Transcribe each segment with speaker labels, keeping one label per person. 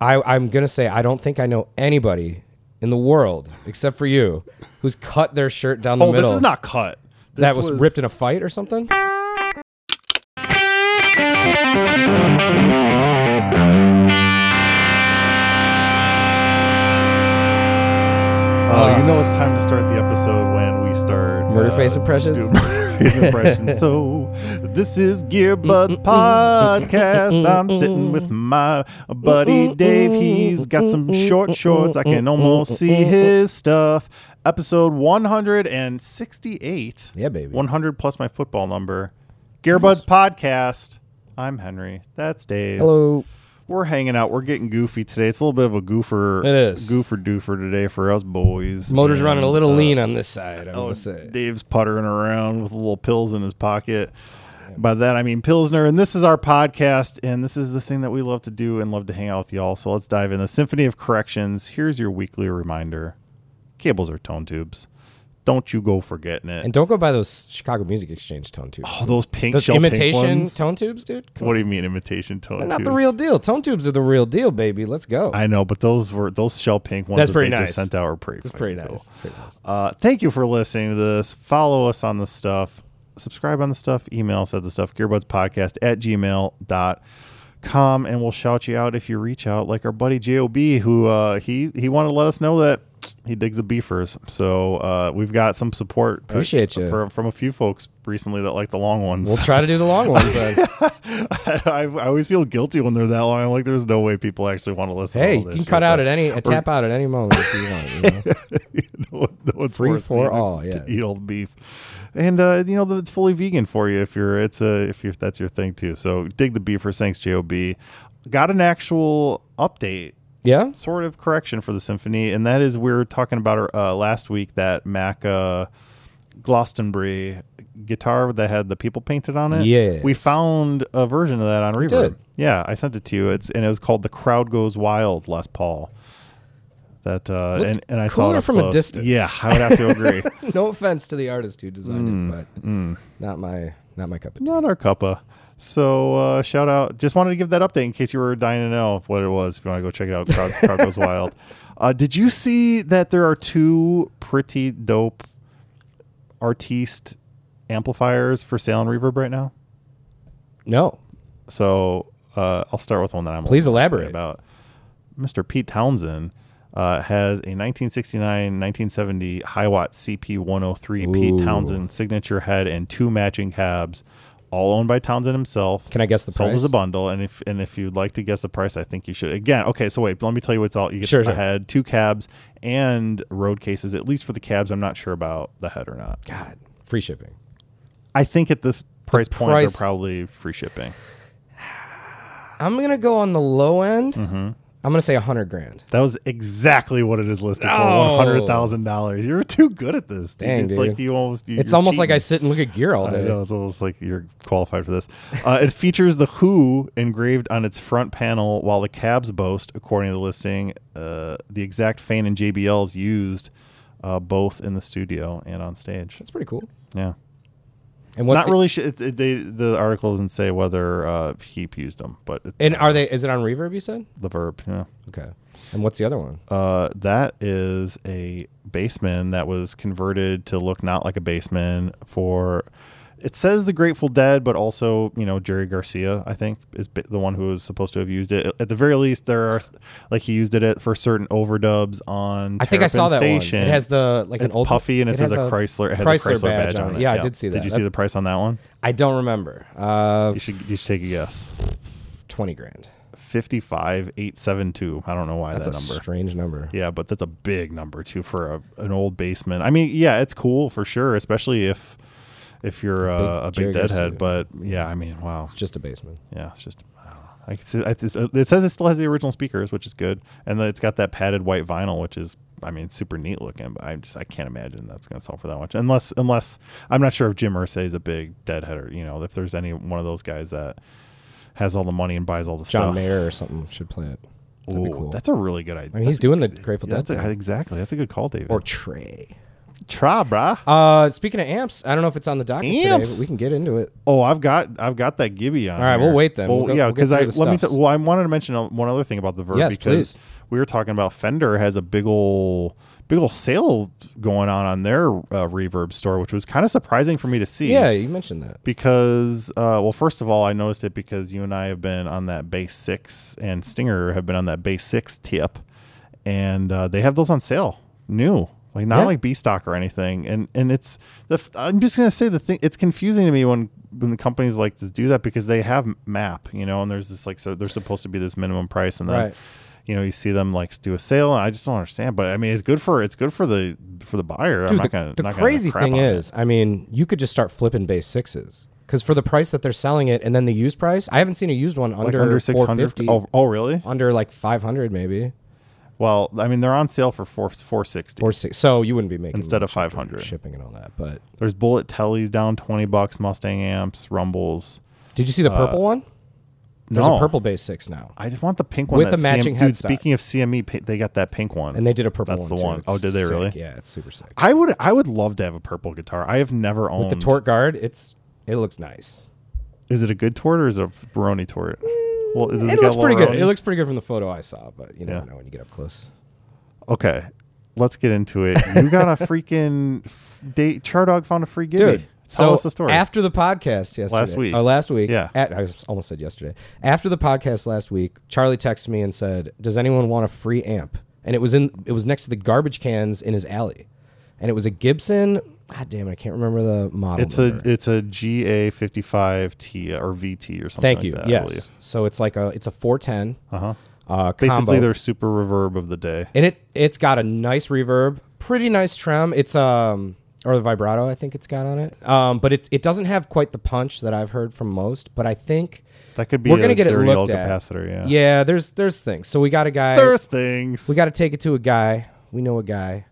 Speaker 1: I, I'm gonna say I don't think I know anybody in the world except for you who's cut their shirt down the
Speaker 2: Oh,
Speaker 1: middle.
Speaker 2: this is not cut. This
Speaker 1: that was, ripped in a fight or something.
Speaker 2: Uh, you know, it's time to start the episode when we start
Speaker 1: Murder
Speaker 2: uh,
Speaker 1: face impressions?
Speaker 2: doing murder face impressions. So this is Gearbuds podcast. I'm sitting with my buddy Dave. He's got some short shorts. I can almost see his stuff. Episode 168.
Speaker 1: Yeah, baby.
Speaker 2: 100 plus my football number. Gearbuds podcast. I'm Henry. That's Dave.
Speaker 1: Hello.
Speaker 2: We're hanging out. We're getting goofy today. It's a little bit of a goofer.
Speaker 1: It is.
Speaker 2: goofer doofer today for us boys.
Speaker 1: Motor's
Speaker 2: And,
Speaker 1: running a little lean on this side. I'm
Speaker 2: Uh, oh,
Speaker 1: gonna say.
Speaker 2: Dave's puttering around with little pills in his pocket. By that I mean Pilsner, and this is our podcast, and this is the thing that we love to do and love to hang out with y'all. So let's dive in. The Symphony of Corrections. Here's your weekly reminder: cables are tone tubes. Don't you go forgetting it.
Speaker 1: And don't go by those Chicago Music Exchange tone tubes.
Speaker 2: oh, those pink
Speaker 1: those
Speaker 2: shell pink
Speaker 1: imitation
Speaker 2: ones.
Speaker 1: tone tubes, dude. Come on.
Speaker 2: What do you mean imitation tone?
Speaker 1: They're not the
Speaker 2: tubes?
Speaker 1: real deal. Tone tubes are the real deal, baby. Let's go.
Speaker 2: I know, but those were those shell pink ones
Speaker 1: That's
Speaker 2: that they
Speaker 1: pretty
Speaker 2: just
Speaker 1: nice.
Speaker 2: sent out were pretty.
Speaker 1: it's pretty
Speaker 2: fucking cool.
Speaker 1: nice. Pretty nice.
Speaker 2: Uh, thank you for listening to this. Follow us on the stuff. Subscribe on the stuff. Email us at the stuff, gearbudspodcast at gmail.com. And we'll shout you out if you reach out, like our buddy JOB, who uh, he, he wanted to let us know that he digs the beefers. So uh, we've got some support. uh,
Speaker 1: Appreciate ya.
Speaker 2: for- from a few folks recently that like the long ones.
Speaker 1: We'll try to do the long ones. Then.
Speaker 2: I, I always feel guilty when they're that long. I'm like, there's no way people actually want to listen
Speaker 1: hey,
Speaker 2: to all
Speaker 1: you
Speaker 2: this
Speaker 1: can
Speaker 2: shit,
Speaker 1: cut
Speaker 2: but-
Speaker 1: out at any, tap out at any moment if you want. You know?
Speaker 2: no, one- no one's
Speaker 1: Free
Speaker 2: forcing
Speaker 1: for
Speaker 2: you to-
Speaker 1: all,
Speaker 2: to
Speaker 1: yes.
Speaker 2: eat all the beef, and uh, you know that it's fully vegan for you if you're it's a if you if that's your thing too. So dig the beefers, thanks Job. Got an actual update,
Speaker 1: Yeah.
Speaker 2: sort of correction for the symphony, and that is we were talking about uh, last week that Mac uh, Glastonbury guitar that had the people painted on it.
Speaker 1: Yes.
Speaker 2: we found a version of that on Reverb.
Speaker 1: did.
Speaker 2: Yeah, I sent it to you. It's and it was called "The Crowd Goes Wild" Les Paul. That uh,
Speaker 1: Looked
Speaker 2: and and I saw it
Speaker 1: cooler
Speaker 2: up
Speaker 1: from a
Speaker 2: close.
Speaker 1: distance.
Speaker 2: Yeah, I would have to agree.
Speaker 1: No offense to the artist who designed
Speaker 2: Mm,
Speaker 1: it, but not my not my cup of tea.
Speaker 2: Not our cuppa. So uh, shout out. Just wanted to give that update in case you were dying to know what it was. If you want to go check it out, Crowd, Crowd Goes Wild. Uh, did you see that there are two pretty dope artiste amplifiers for sale on Reverb right now?
Speaker 1: No.
Speaker 2: So uh, I'll start with one that I'm a
Speaker 1: Please
Speaker 2: little excited
Speaker 1: elaborate.
Speaker 2: about. Mr. Pete Townsend uh, has a 1969-1970 high watt CP103 Pete
Speaker 1: Ooh.
Speaker 2: Townsend signature head and two matching cabs, all owned by Townsend himself.
Speaker 1: Can I guess the
Speaker 2: Sold
Speaker 1: price?
Speaker 2: as a bundle, and if and if you'd like to guess the price, I think you should. Again, okay, so wait, let me tell you what's all you get
Speaker 1: Sure,
Speaker 2: the
Speaker 1: sure.
Speaker 2: head, two cabs, and road cases. At least for the cabs, I'm not sure about the head or not.
Speaker 1: God. Free shipping.
Speaker 2: I think at this price point,
Speaker 1: price-
Speaker 2: they're probably free shipping.
Speaker 1: I'm gonna go on the low end.
Speaker 2: Mm-hmm.
Speaker 1: I'm gonna say a hundred grand.
Speaker 2: That was exactly what it is listed for
Speaker 1: No.
Speaker 2: one hundred thousand dollars. You're too good at this. Dude.
Speaker 1: Dang,
Speaker 2: it's
Speaker 1: dude.
Speaker 2: like you almost. You,
Speaker 1: It's
Speaker 2: you're
Speaker 1: almost like I
Speaker 2: cheating.
Speaker 1: sit and look at gear all
Speaker 2: I
Speaker 1: day.
Speaker 2: know it's almost like you're qualified for this. Uh, it features the Who engraved on its front panel, while the cabs boast, according to the listing, uh, the exact Fane and JBLs used, uh, both in the studio and on stage.
Speaker 1: That's pretty cool.
Speaker 2: Yeah,
Speaker 1: And what's
Speaker 2: not
Speaker 1: the-
Speaker 2: really. Sh- it, it- they the article doesn't say whether uh, Heap used them, but it's
Speaker 1: And are they? Is it on Reverb? You said.
Speaker 2: the verb. Yeah.
Speaker 1: Okay. And what's the other one?
Speaker 2: Uh, that is a baseman that was converted to look not like a baseman for. It says the Grateful Dead, but also you know Jerry Garcia. I think is bi- the one who was supposed to have used it. At the very least, there are like he used it at, for certain overdubs on.
Speaker 1: I think I saw
Speaker 2: Terrapin
Speaker 1: that
Speaker 2: Station.
Speaker 1: one. It has the like
Speaker 2: it's
Speaker 1: an old
Speaker 2: puffy and it, says a Chrysler. It has a Chrysler badge, on it.
Speaker 1: Yeah, I did see that.
Speaker 2: Did you see the price on that one?
Speaker 1: I don't remember. Uh,
Speaker 2: You should you should take a guess.
Speaker 1: twenty grand.
Speaker 2: Fifty five eight seven two. I don't know why
Speaker 1: That's
Speaker 2: that
Speaker 1: a
Speaker 2: number.
Speaker 1: strange number.
Speaker 2: Yeah, but that's a big number too for a, an old basement. I mean, yeah, it's cool for sure, especially if if you're uh, a big,
Speaker 1: Jerry Garcia.
Speaker 2: deadhead. But yeah, I mean, wow,
Speaker 1: It's just a basement.
Speaker 2: yeah, it's just. I don't know. I can see, I- it's- it says it still has the original speakers, which is good, and then it's got that padded white vinyl, which is, I mean, super neat looking. But I just, I can't imagine that's going to sell for that much, unless, unless I'm not sure if Jim Irsay is a big deadhead or you know, if there's any one of those guys that has all the money and buys all the
Speaker 1: John
Speaker 2: stuff.
Speaker 1: Mayer or something should play it. That'd be
Speaker 2: Ooh,
Speaker 1: cool.
Speaker 2: That's a really good idea.
Speaker 1: I mean, he's doing the Grateful
Speaker 2: yeah,
Speaker 1: Dead
Speaker 2: that's a,
Speaker 1: thing.
Speaker 2: exactly. That's a good call, David.
Speaker 1: or Trey.
Speaker 2: Try, brah.
Speaker 1: Uh, speaking of amps, I don't know if it's on the docket today, but
Speaker 2: Amps.
Speaker 1: we can get into it.
Speaker 2: Oh, I've got I've got that Gibby on. All
Speaker 1: right, we'll wait then.
Speaker 2: Well,
Speaker 1: We'll go-
Speaker 2: yeah,
Speaker 1: we'll get
Speaker 2: because
Speaker 1: through
Speaker 2: I
Speaker 1: the
Speaker 2: let me.
Speaker 1: stuffs.
Speaker 2: Th- well, I wanted to mention uh, one other thing about the verb
Speaker 1: Yes,
Speaker 2: because
Speaker 1: please.
Speaker 2: we were talking about Fender has a big old big old sale going on on their uh, reverb store, which was kind of surprising for me to see.
Speaker 1: Yeah, you mentioned that.
Speaker 2: Because uh, well, first of all, I noticed it because you and I have been on that base six, and Stinger have been on that base six tip, and uh, they have those on sale, new, like not
Speaker 1: Yeah.
Speaker 2: like B stock or anything. And and it's the f- I'm just gonna say the thing. It's confusing to me when when the companies like to do that because they have map, you know, and there's this like so there's supposed to be this minimum price, and then
Speaker 1: Right.
Speaker 2: you know you see them like do a sale. And I just don't understand, but I mean it's good for it's good for the for the buyer. I'm
Speaker 1: Dude,
Speaker 2: not
Speaker 1: the,
Speaker 2: gonna
Speaker 1: the
Speaker 2: not gonna
Speaker 1: crazy
Speaker 2: crap
Speaker 1: thing
Speaker 2: on it.
Speaker 1: is, I mean, you could just start flipping base sixes because for the price that they're selling it, and then the used price, I haven't seen a used one
Speaker 2: Like
Speaker 1: under,
Speaker 2: under 600
Speaker 1: 450,
Speaker 2: oh, oh really
Speaker 1: under like 500 maybe
Speaker 2: Well, I mean, they're on sale for four four sixty
Speaker 1: or six. So you wouldn't be making
Speaker 2: instead
Speaker 1: much
Speaker 2: of five hundred.
Speaker 1: shipping and all that. But
Speaker 2: There's bullet tellies down twenty bucks, Mustang amps, rumbles.
Speaker 1: did you see the purple one? There's
Speaker 2: Uh, no.
Speaker 1: a purple base six now,
Speaker 2: I just want the pink one
Speaker 1: With
Speaker 2: that
Speaker 1: a
Speaker 2: CM
Speaker 1: matching
Speaker 2: dude.
Speaker 1: headstock.
Speaker 2: Speaking of CME, pi- they got that pink one.
Speaker 1: and they did a purple
Speaker 2: That's
Speaker 1: one.
Speaker 2: the
Speaker 1: too.
Speaker 2: one.
Speaker 1: It's
Speaker 2: Oh, did they
Speaker 1: sick.
Speaker 2: really?
Speaker 1: Yeah, it's super sick.
Speaker 2: I would I would love to have a purple guitar. I have never owned
Speaker 1: The torque guard, it's it looks nice.
Speaker 2: Is it a good tort or is it a Baroni tort? Well, does
Speaker 1: Mm, It looks
Speaker 2: got a little
Speaker 1: pretty good.
Speaker 2: Baroni?
Speaker 1: It looks pretty good from the photo I saw, but you never
Speaker 2: Yeah.
Speaker 1: know when you get up close.
Speaker 2: okay. Let's get into it. You got a freaking f- date. Chardog found a free Gibby.
Speaker 1: Dude,
Speaker 2: Tell
Speaker 1: so
Speaker 2: us the story.
Speaker 1: after the podcast yesterday,
Speaker 2: Last week.
Speaker 1: or last week,
Speaker 2: Yeah.
Speaker 1: at- I was- almost said yesterday. After the podcast last week, Charlie texted me and said, "Does anyone want a free amp?" And it was in, it was next to the garbage cans in his alley, and it was a Gibson. God damn it, I can't remember the model.
Speaker 2: it's
Speaker 1: number.
Speaker 2: a it's a GA fifty five T or VT or something.
Speaker 1: thank
Speaker 2: like
Speaker 1: you.
Speaker 2: that, I believe.
Speaker 1: yes, so it's like a it's a four ten. Uh-huh. Uh
Speaker 2: Basically,
Speaker 1: combo.
Speaker 2: their super reverb of the day.
Speaker 1: and it it's got a nice reverb, pretty nice trem. It's um or the vibrato I think it's got on it. Um, but it it doesn't have quite the punch that I've heard from most. But I think
Speaker 2: That could be
Speaker 1: we're gonna
Speaker 2: a
Speaker 1: get it
Speaker 2: dirty old
Speaker 1: looked at.
Speaker 2: capacitor. Yeah.
Speaker 1: Yeah, there's there's things. So we got a guy.
Speaker 2: There's things.
Speaker 1: we got to take it to a guy. We know a guy,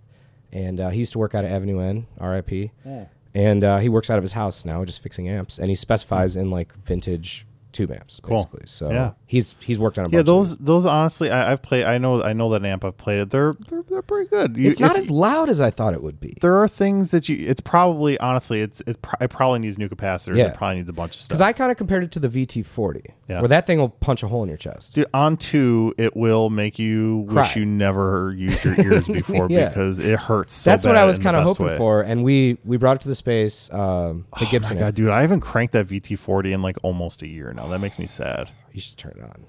Speaker 1: and uh, he used to work out of Avenue N, R.I.P.
Speaker 2: Hmm.
Speaker 1: And uh, he works out of his house now, just fixing amps. And he specifies in like vintage tube amps, basically. So
Speaker 2: Yeah.
Speaker 1: he's he's worked on a bunch.
Speaker 2: yeah.
Speaker 1: of them.
Speaker 2: Those those honestly, I, I've played. I know I know that amp. I've played it. They're they're, they're pretty good. You-
Speaker 1: It's not
Speaker 2: if-
Speaker 1: as loud as I thought it would be.
Speaker 2: There are things that you. It's probably honestly. It's it's. Pr- it probably needs new capacitors.
Speaker 1: Yeah.
Speaker 2: It probably needs a bunch of
Speaker 1: Because
Speaker 2: stuff.
Speaker 1: I kind of compared it to the VT40,
Speaker 2: Yeah.
Speaker 1: where that thing will punch a hole in your chest.
Speaker 2: Dude, on two, it will make you wish
Speaker 1: Cry.
Speaker 2: you never used your ears before
Speaker 1: Yeah.
Speaker 2: because it hurts. So
Speaker 1: That's what I
Speaker 2: bad
Speaker 1: was
Speaker 2: in the
Speaker 1: kind of
Speaker 2: best
Speaker 1: hoping
Speaker 2: way. Oh
Speaker 1: for, and we we brought it to the space. Um, the
Speaker 2: My
Speaker 1: Gibson, amp.
Speaker 2: God, dude, I haven't cranked that VT40 in like almost a year now. That makes me sad.
Speaker 1: you should turn it on.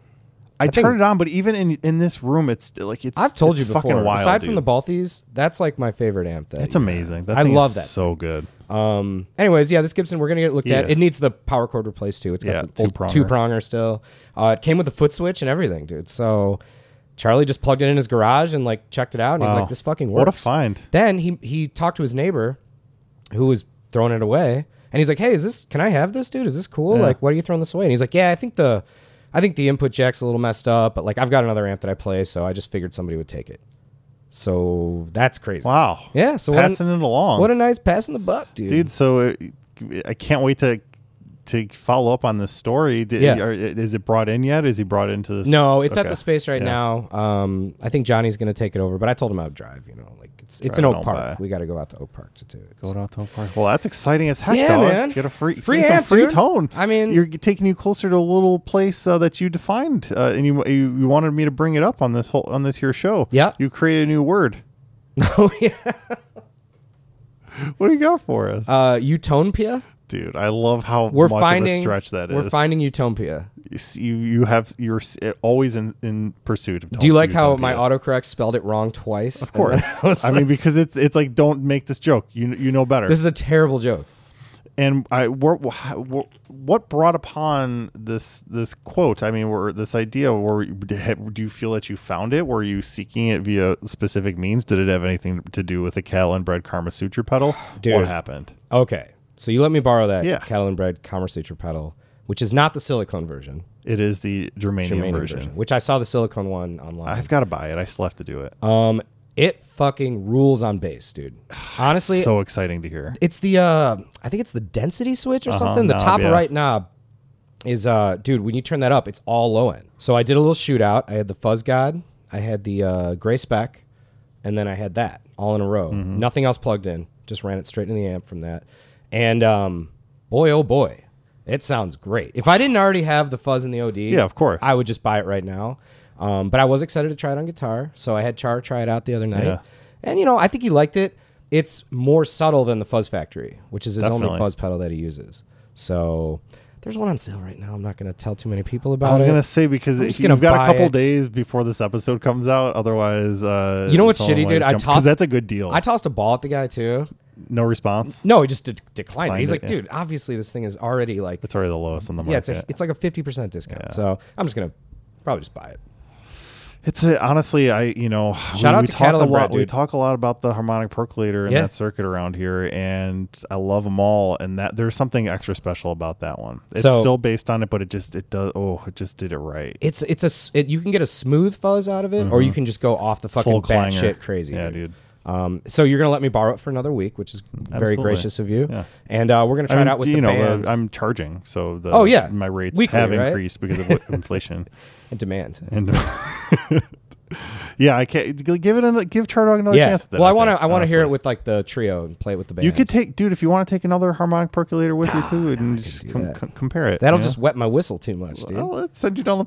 Speaker 2: I
Speaker 1: think-
Speaker 2: turned it on, but even in in this room, it's still, like it's.
Speaker 1: I've told
Speaker 2: it's
Speaker 1: you before.
Speaker 2: Fucking wild,
Speaker 1: aside from
Speaker 2: dude.
Speaker 1: the Balthies, that's like my favorite amp. That
Speaker 2: it's amazing. That
Speaker 1: I
Speaker 2: thing
Speaker 1: love
Speaker 2: is
Speaker 1: that.
Speaker 2: So good.
Speaker 1: Um. Anyways, yeah, this Gibson we're gonna get it looked at.
Speaker 2: Yeah.
Speaker 1: It needs the power cord replaced too. It's got
Speaker 2: Yeah,
Speaker 1: the old
Speaker 2: two-pronger.
Speaker 1: two pronger still. Uh, it came with the foot switch and everything, dude. So Charlie just plugged it in his garage and like checked it out, and he's
Speaker 2: Wow.
Speaker 1: like, "This fucking works."
Speaker 2: What a find.
Speaker 1: Then he he talked to his neighbor, who was throwing it away, and he's like, "Hey, is this? Can I have this, dude? Is this cool? Like, why are you throwing this away?" And he's like, "Yeah, I think the, I think the input jack's a little messed up, but like I've got another amp that I play, so I just figured somebody would take it." So that's crazy.
Speaker 2: Wow.
Speaker 1: Yeah. So what
Speaker 2: Passing
Speaker 1: a,
Speaker 2: it along,
Speaker 1: what a nice passing the buck, dude.
Speaker 2: dude. So uh, I can't wait to to follow up on this story. Did,
Speaker 1: Yeah.
Speaker 2: are- is it brought in yet? Is he brought into this?
Speaker 1: No, it's at
Speaker 2: Okay.
Speaker 1: the space right
Speaker 2: Yeah.
Speaker 1: now. Um, I think Johnny's gonna take it over, but I told him I would drive. You know, like it's it's
Speaker 2: Drive
Speaker 1: in
Speaker 2: on
Speaker 1: Oak Park.
Speaker 2: by.
Speaker 1: We got to go out to Oak Park to do it.
Speaker 2: Going out to a park. Well, that's exciting as heck,
Speaker 1: Yeah,
Speaker 2: dog.
Speaker 1: man.
Speaker 2: Get a free
Speaker 1: Free
Speaker 2: it's a
Speaker 1: amp,
Speaker 2: free
Speaker 1: dude.
Speaker 2: tone.
Speaker 1: I mean-
Speaker 2: you're taking you closer to a little place uh, that you defined, uh, and you, you you wanted me to bring it up on this whole on this here show.
Speaker 1: Yeah.
Speaker 2: you created a new word.
Speaker 1: oh yeah.
Speaker 2: What do you got for us,
Speaker 1: Uh, Utopia.
Speaker 2: dude? I love how
Speaker 1: We're
Speaker 2: much
Speaker 1: finding
Speaker 2: of a stretch that
Speaker 1: We're
Speaker 2: is.
Speaker 1: finding Utopia.
Speaker 2: You s- you you have you're s- eh, always in in pursuit of.
Speaker 1: Do you like how
Speaker 2: utopia.
Speaker 1: my autocorrect spelled it wrong twice?
Speaker 2: Of course, I, mean because it's it's like don't make this joke. You you know better.
Speaker 1: this is a terrible joke.
Speaker 2: and I wha- wha- wha- what brought upon this this quote? I mean, were this idea? Were do you feel that you found it? Were you seeking it via specific means? Did it have anything to do with the cattle and bread karma suture pedal?
Speaker 1: Dude.
Speaker 2: What happened?
Speaker 1: Okay, so you let me borrow that
Speaker 2: Yeah.
Speaker 1: Catalan bread Commerce Suture pedal, which is not the silicone version,
Speaker 2: It is the germanium,
Speaker 1: Germanium
Speaker 2: version.
Speaker 1: which I saw the silicone one online.
Speaker 2: I've got to buy it. I still have to do it.
Speaker 1: um, it fucking rules on bass, dude. Honestly,
Speaker 2: so exciting to hear.
Speaker 1: it's the uh I think it's the density switch or something. The
Speaker 2: Uh-huh. knob,
Speaker 1: top
Speaker 2: yeah.
Speaker 1: right knob is uh dude, when you turn that up, it's all low end. So I did a little shootout. I had the fuzz god, I had the uh gray spec, and then I had that all in a row.
Speaker 2: Mm-hmm.
Speaker 1: Nothing else plugged in. Just ran it straight into the amp from that. And um, boy, oh boy, it sounds great. If I didn't already have the fuzz in the OD,
Speaker 2: Yeah, of course.
Speaker 1: I would just buy it right now. Um, but I was excited to try it on guitar, so I had Char try it out the other night,
Speaker 2: Yeah.
Speaker 1: and you know I think he liked it. It's more subtle than the Fuzz Factory, which is his only
Speaker 2: Definitely.
Speaker 1: fuzz pedal that he uses. So there's one on sale right now. I'm not going to tell too many people about
Speaker 2: I was
Speaker 1: it.
Speaker 2: gonna say because
Speaker 1: just
Speaker 2: if
Speaker 1: gonna
Speaker 2: you've got
Speaker 1: buy
Speaker 2: a couple
Speaker 1: it.
Speaker 2: days before this episode comes out. Otherwise, uh,
Speaker 1: You know what's
Speaker 2: someone
Speaker 1: shitty,
Speaker 2: might
Speaker 1: dude? I
Speaker 2: jump- 'cause
Speaker 1: tossed-
Speaker 2: that's a good deal.
Speaker 1: I tossed a ball at the guy too.
Speaker 2: no response.
Speaker 1: No, he just de- declined. it. He's like,
Speaker 2: Declined it,
Speaker 1: dude, obviously this thing is already like
Speaker 2: It's already the lowest on the market.
Speaker 1: yeah, it's a, it's like a fifty percent discount. So I'm just gonna probably just buy it.
Speaker 2: It's a, honestly, I you know,
Speaker 1: Shout
Speaker 2: we,
Speaker 1: out
Speaker 2: we
Speaker 1: to
Speaker 2: talk a
Speaker 1: Catalan
Speaker 2: lot.
Speaker 1: Brett,
Speaker 2: we
Speaker 1: dude.
Speaker 2: talk a lot about the harmonic percolator and
Speaker 1: Yeah.
Speaker 2: that circuit around here, and I love them all. And that there's something extra special about that one. It's
Speaker 1: So-
Speaker 2: still based on it, but it just it does. Oh, it just did it right.
Speaker 1: It's it's a s- it, you can get a smooth fuzz out of it, or you can just go off the fucking
Speaker 2: Mm-hmm. Full clanger.
Speaker 1: batshit crazy.
Speaker 2: Yeah,
Speaker 1: dude.
Speaker 2: dude.
Speaker 1: Um, so you're gonna let me borrow it for another week, which is very
Speaker 2: Absolutely.
Speaker 1: gracious of you.
Speaker 2: Yeah.
Speaker 1: And uh, we're gonna try
Speaker 2: I mean,
Speaker 1: it out with
Speaker 2: you
Speaker 1: the
Speaker 2: know,
Speaker 1: band
Speaker 2: I'm charging, so the
Speaker 1: Oh, yeah.
Speaker 2: my rates
Speaker 1: Weekly,
Speaker 2: have
Speaker 1: right?
Speaker 2: increased because of what- inflation.
Speaker 1: and demand.
Speaker 2: And yeah, I can't g- give it an, give Chardog another
Speaker 1: Yeah.
Speaker 2: chance. With it,
Speaker 1: Well, I
Speaker 2: think,
Speaker 1: want to I want to hear
Speaker 2: honestly.
Speaker 1: it with like the trio and play it with the band.
Speaker 2: You could take, dude, if you want to take another harmonic percolator with you too, and just
Speaker 1: do
Speaker 2: com-
Speaker 1: that.
Speaker 2: com- compare it.
Speaker 1: That'll
Speaker 2: you know?
Speaker 1: just wet my whistle too much, dude.
Speaker 2: Well, let's send you down the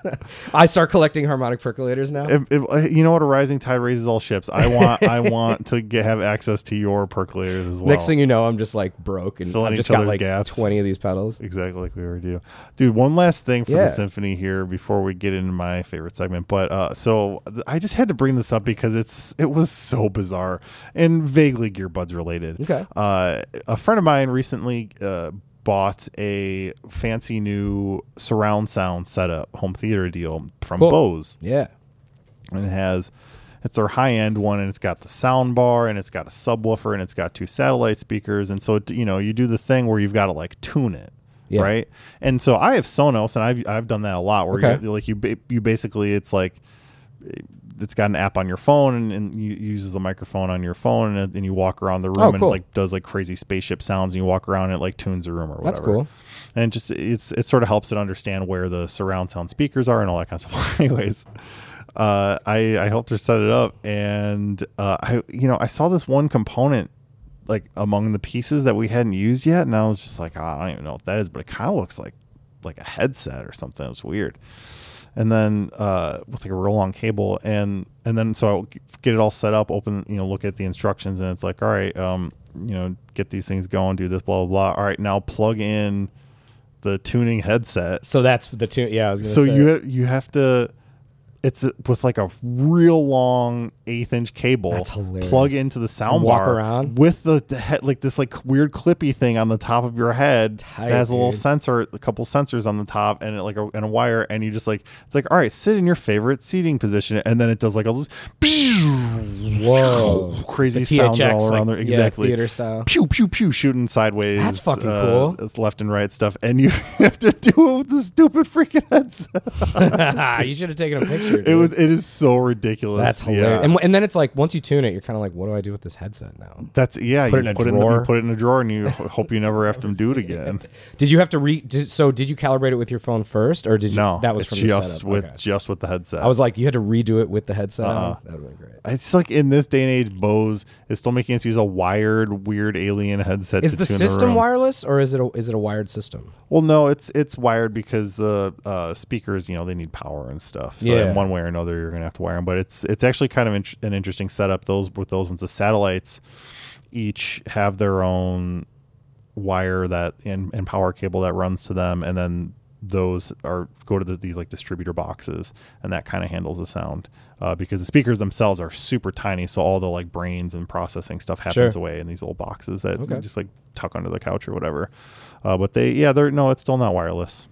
Speaker 2: path.
Speaker 1: I start collecting harmonic percolators now.
Speaker 2: if, if, uh, you know what? A rising tide raises all ships. I want, I want to get, have access to your percolators as well.
Speaker 1: Next thing you know, I'm just like broke and
Speaker 2: Filling
Speaker 1: I've just
Speaker 2: each
Speaker 1: got
Speaker 2: other's
Speaker 1: like
Speaker 2: gaps.
Speaker 1: 20 of these pedals.
Speaker 2: exactly like we already do, dude. One last thing for
Speaker 1: Yeah.
Speaker 2: the symphony here before we get into my favorite segment. But uh, so th- I just had to bring this up because it's it was so bizarre and vaguely Gearbuds related.
Speaker 1: Okay.
Speaker 2: Uh, a friend of mine recently. Uh, Bought a fancy new surround sound setup, home theater deal from
Speaker 1: Cool.
Speaker 2: Bose.
Speaker 1: Yeah.
Speaker 2: and it has it's their high end one and it's got the sound bar and it's got a subwoofer and it's got two satellite speakers and so you know you do the thing where you've got to like tune it
Speaker 1: Yeah.
Speaker 2: right and so i have sonos and i've, I've done that a lot where
Speaker 1: Okay.
Speaker 2: you, like you ba- you basically it's like it's got an app on your phone and, and you it uses the microphone on your phone and, and you walk around the room
Speaker 1: Oh,
Speaker 2: and it
Speaker 1: cool.
Speaker 2: like does like crazy spaceship sounds and you walk around and it like tunes the room or whatever
Speaker 1: That's cool.
Speaker 2: and it just it's it sort of helps it understand where the surround sound speakers are and all that kind of stuff. Anyways, uh, I I helped her set it up, and uh, I you know I saw this one component like among the pieces that we hadn't used yet, and I was just like, "Ah, I don't even know what that is, but it kind of looks like like a headset or something. It was weird. And then uh, with like a real long cable, and and then so I get it all set up, open, you know, look at the instructions, and it's like, all right, um, you know, get these things going, do this, blah blah blah. All right, now plug in the tuning headset.
Speaker 1: So that's the two. Yeah, I was
Speaker 2: So
Speaker 1: going to say.
Speaker 2: you ha- you have to it's a- with like a real long eighth inch cable.
Speaker 1: That's hilarious.
Speaker 2: Plug into the sound
Speaker 1: walk
Speaker 2: bar
Speaker 1: around?
Speaker 2: with the, the head like this like weird clippy thing on the top of your head
Speaker 1: Tight,
Speaker 2: that has a little
Speaker 1: dude.
Speaker 2: sensor, a couple sensors on the top, and it, like a, and a wire, and you just like it's like all right, sit in your favorite seating position, and then it does like a little
Speaker 1: Whoa.
Speaker 2: crazy
Speaker 1: The
Speaker 2: sounds
Speaker 1: THX,
Speaker 2: all around
Speaker 1: like,
Speaker 2: there.
Speaker 1: yeah,
Speaker 2: Exactly
Speaker 1: theater style.
Speaker 2: Pew pew pew, shooting sideways.
Speaker 1: That's fucking cool.
Speaker 2: It's left and right stuff, and you have to do it with the stupid freaking headset.
Speaker 1: you should have taken a picture.
Speaker 2: It
Speaker 1: dude.
Speaker 2: was. It is so ridiculous.
Speaker 1: that's hilarious.
Speaker 2: Yeah.
Speaker 1: And, and then it's like, once you tune it, you're kind of like, what do I do with this headset now?
Speaker 2: that's yeah.
Speaker 1: Put it in
Speaker 2: you
Speaker 1: a
Speaker 2: put it in the,
Speaker 1: drawer.
Speaker 2: you put it in a drawer, and you ho- hope you never have to do it again.
Speaker 1: Did you have to re. Did, so did you calibrate it with your phone first? Or did you.
Speaker 2: No,
Speaker 1: That was
Speaker 2: it's
Speaker 1: from the
Speaker 2: just
Speaker 1: setup.
Speaker 2: with Uh-uh.
Speaker 1: Okay.
Speaker 2: just with the headset.
Speaker 1: I was like, you had to redo it with the headset on? That would have been great.
Speaker 2: It's like in this day and age, Bose is still making us use a wired, weird alien headset.
Speaker 1: Is
Speaker 2: to
Speaker 1: the
Speaker 2: tune
Speaker 1: system
Speaker 2: room.
Speaker 1: wireless or is it a, is it a wired system?
Speaker 2: Well, no, it's it's wired because the uh, speakers, you know, they need power and stuff. So
Speaker 1: Yeah.
Speaker 2: in one way or another, you're gonna have to wire them. But it's it's actually kind of int- an interesting setup. Those with those ones, the satellites each have their own wire that and, and power cable that runs to them, and then those are go to the, these like distributor boxes, and that kind of handles the sound uh, because the speakers themselves are super tiny. So all the like brains and processing stuff happens
Speaker 1: Sure.
Speaker 2: away in these little boxes that
Speaker 1: Okay.
Speaker 2: you just like tuck under the couch or whatever. Uh, but they, yeah, they're no, it's still not wireless.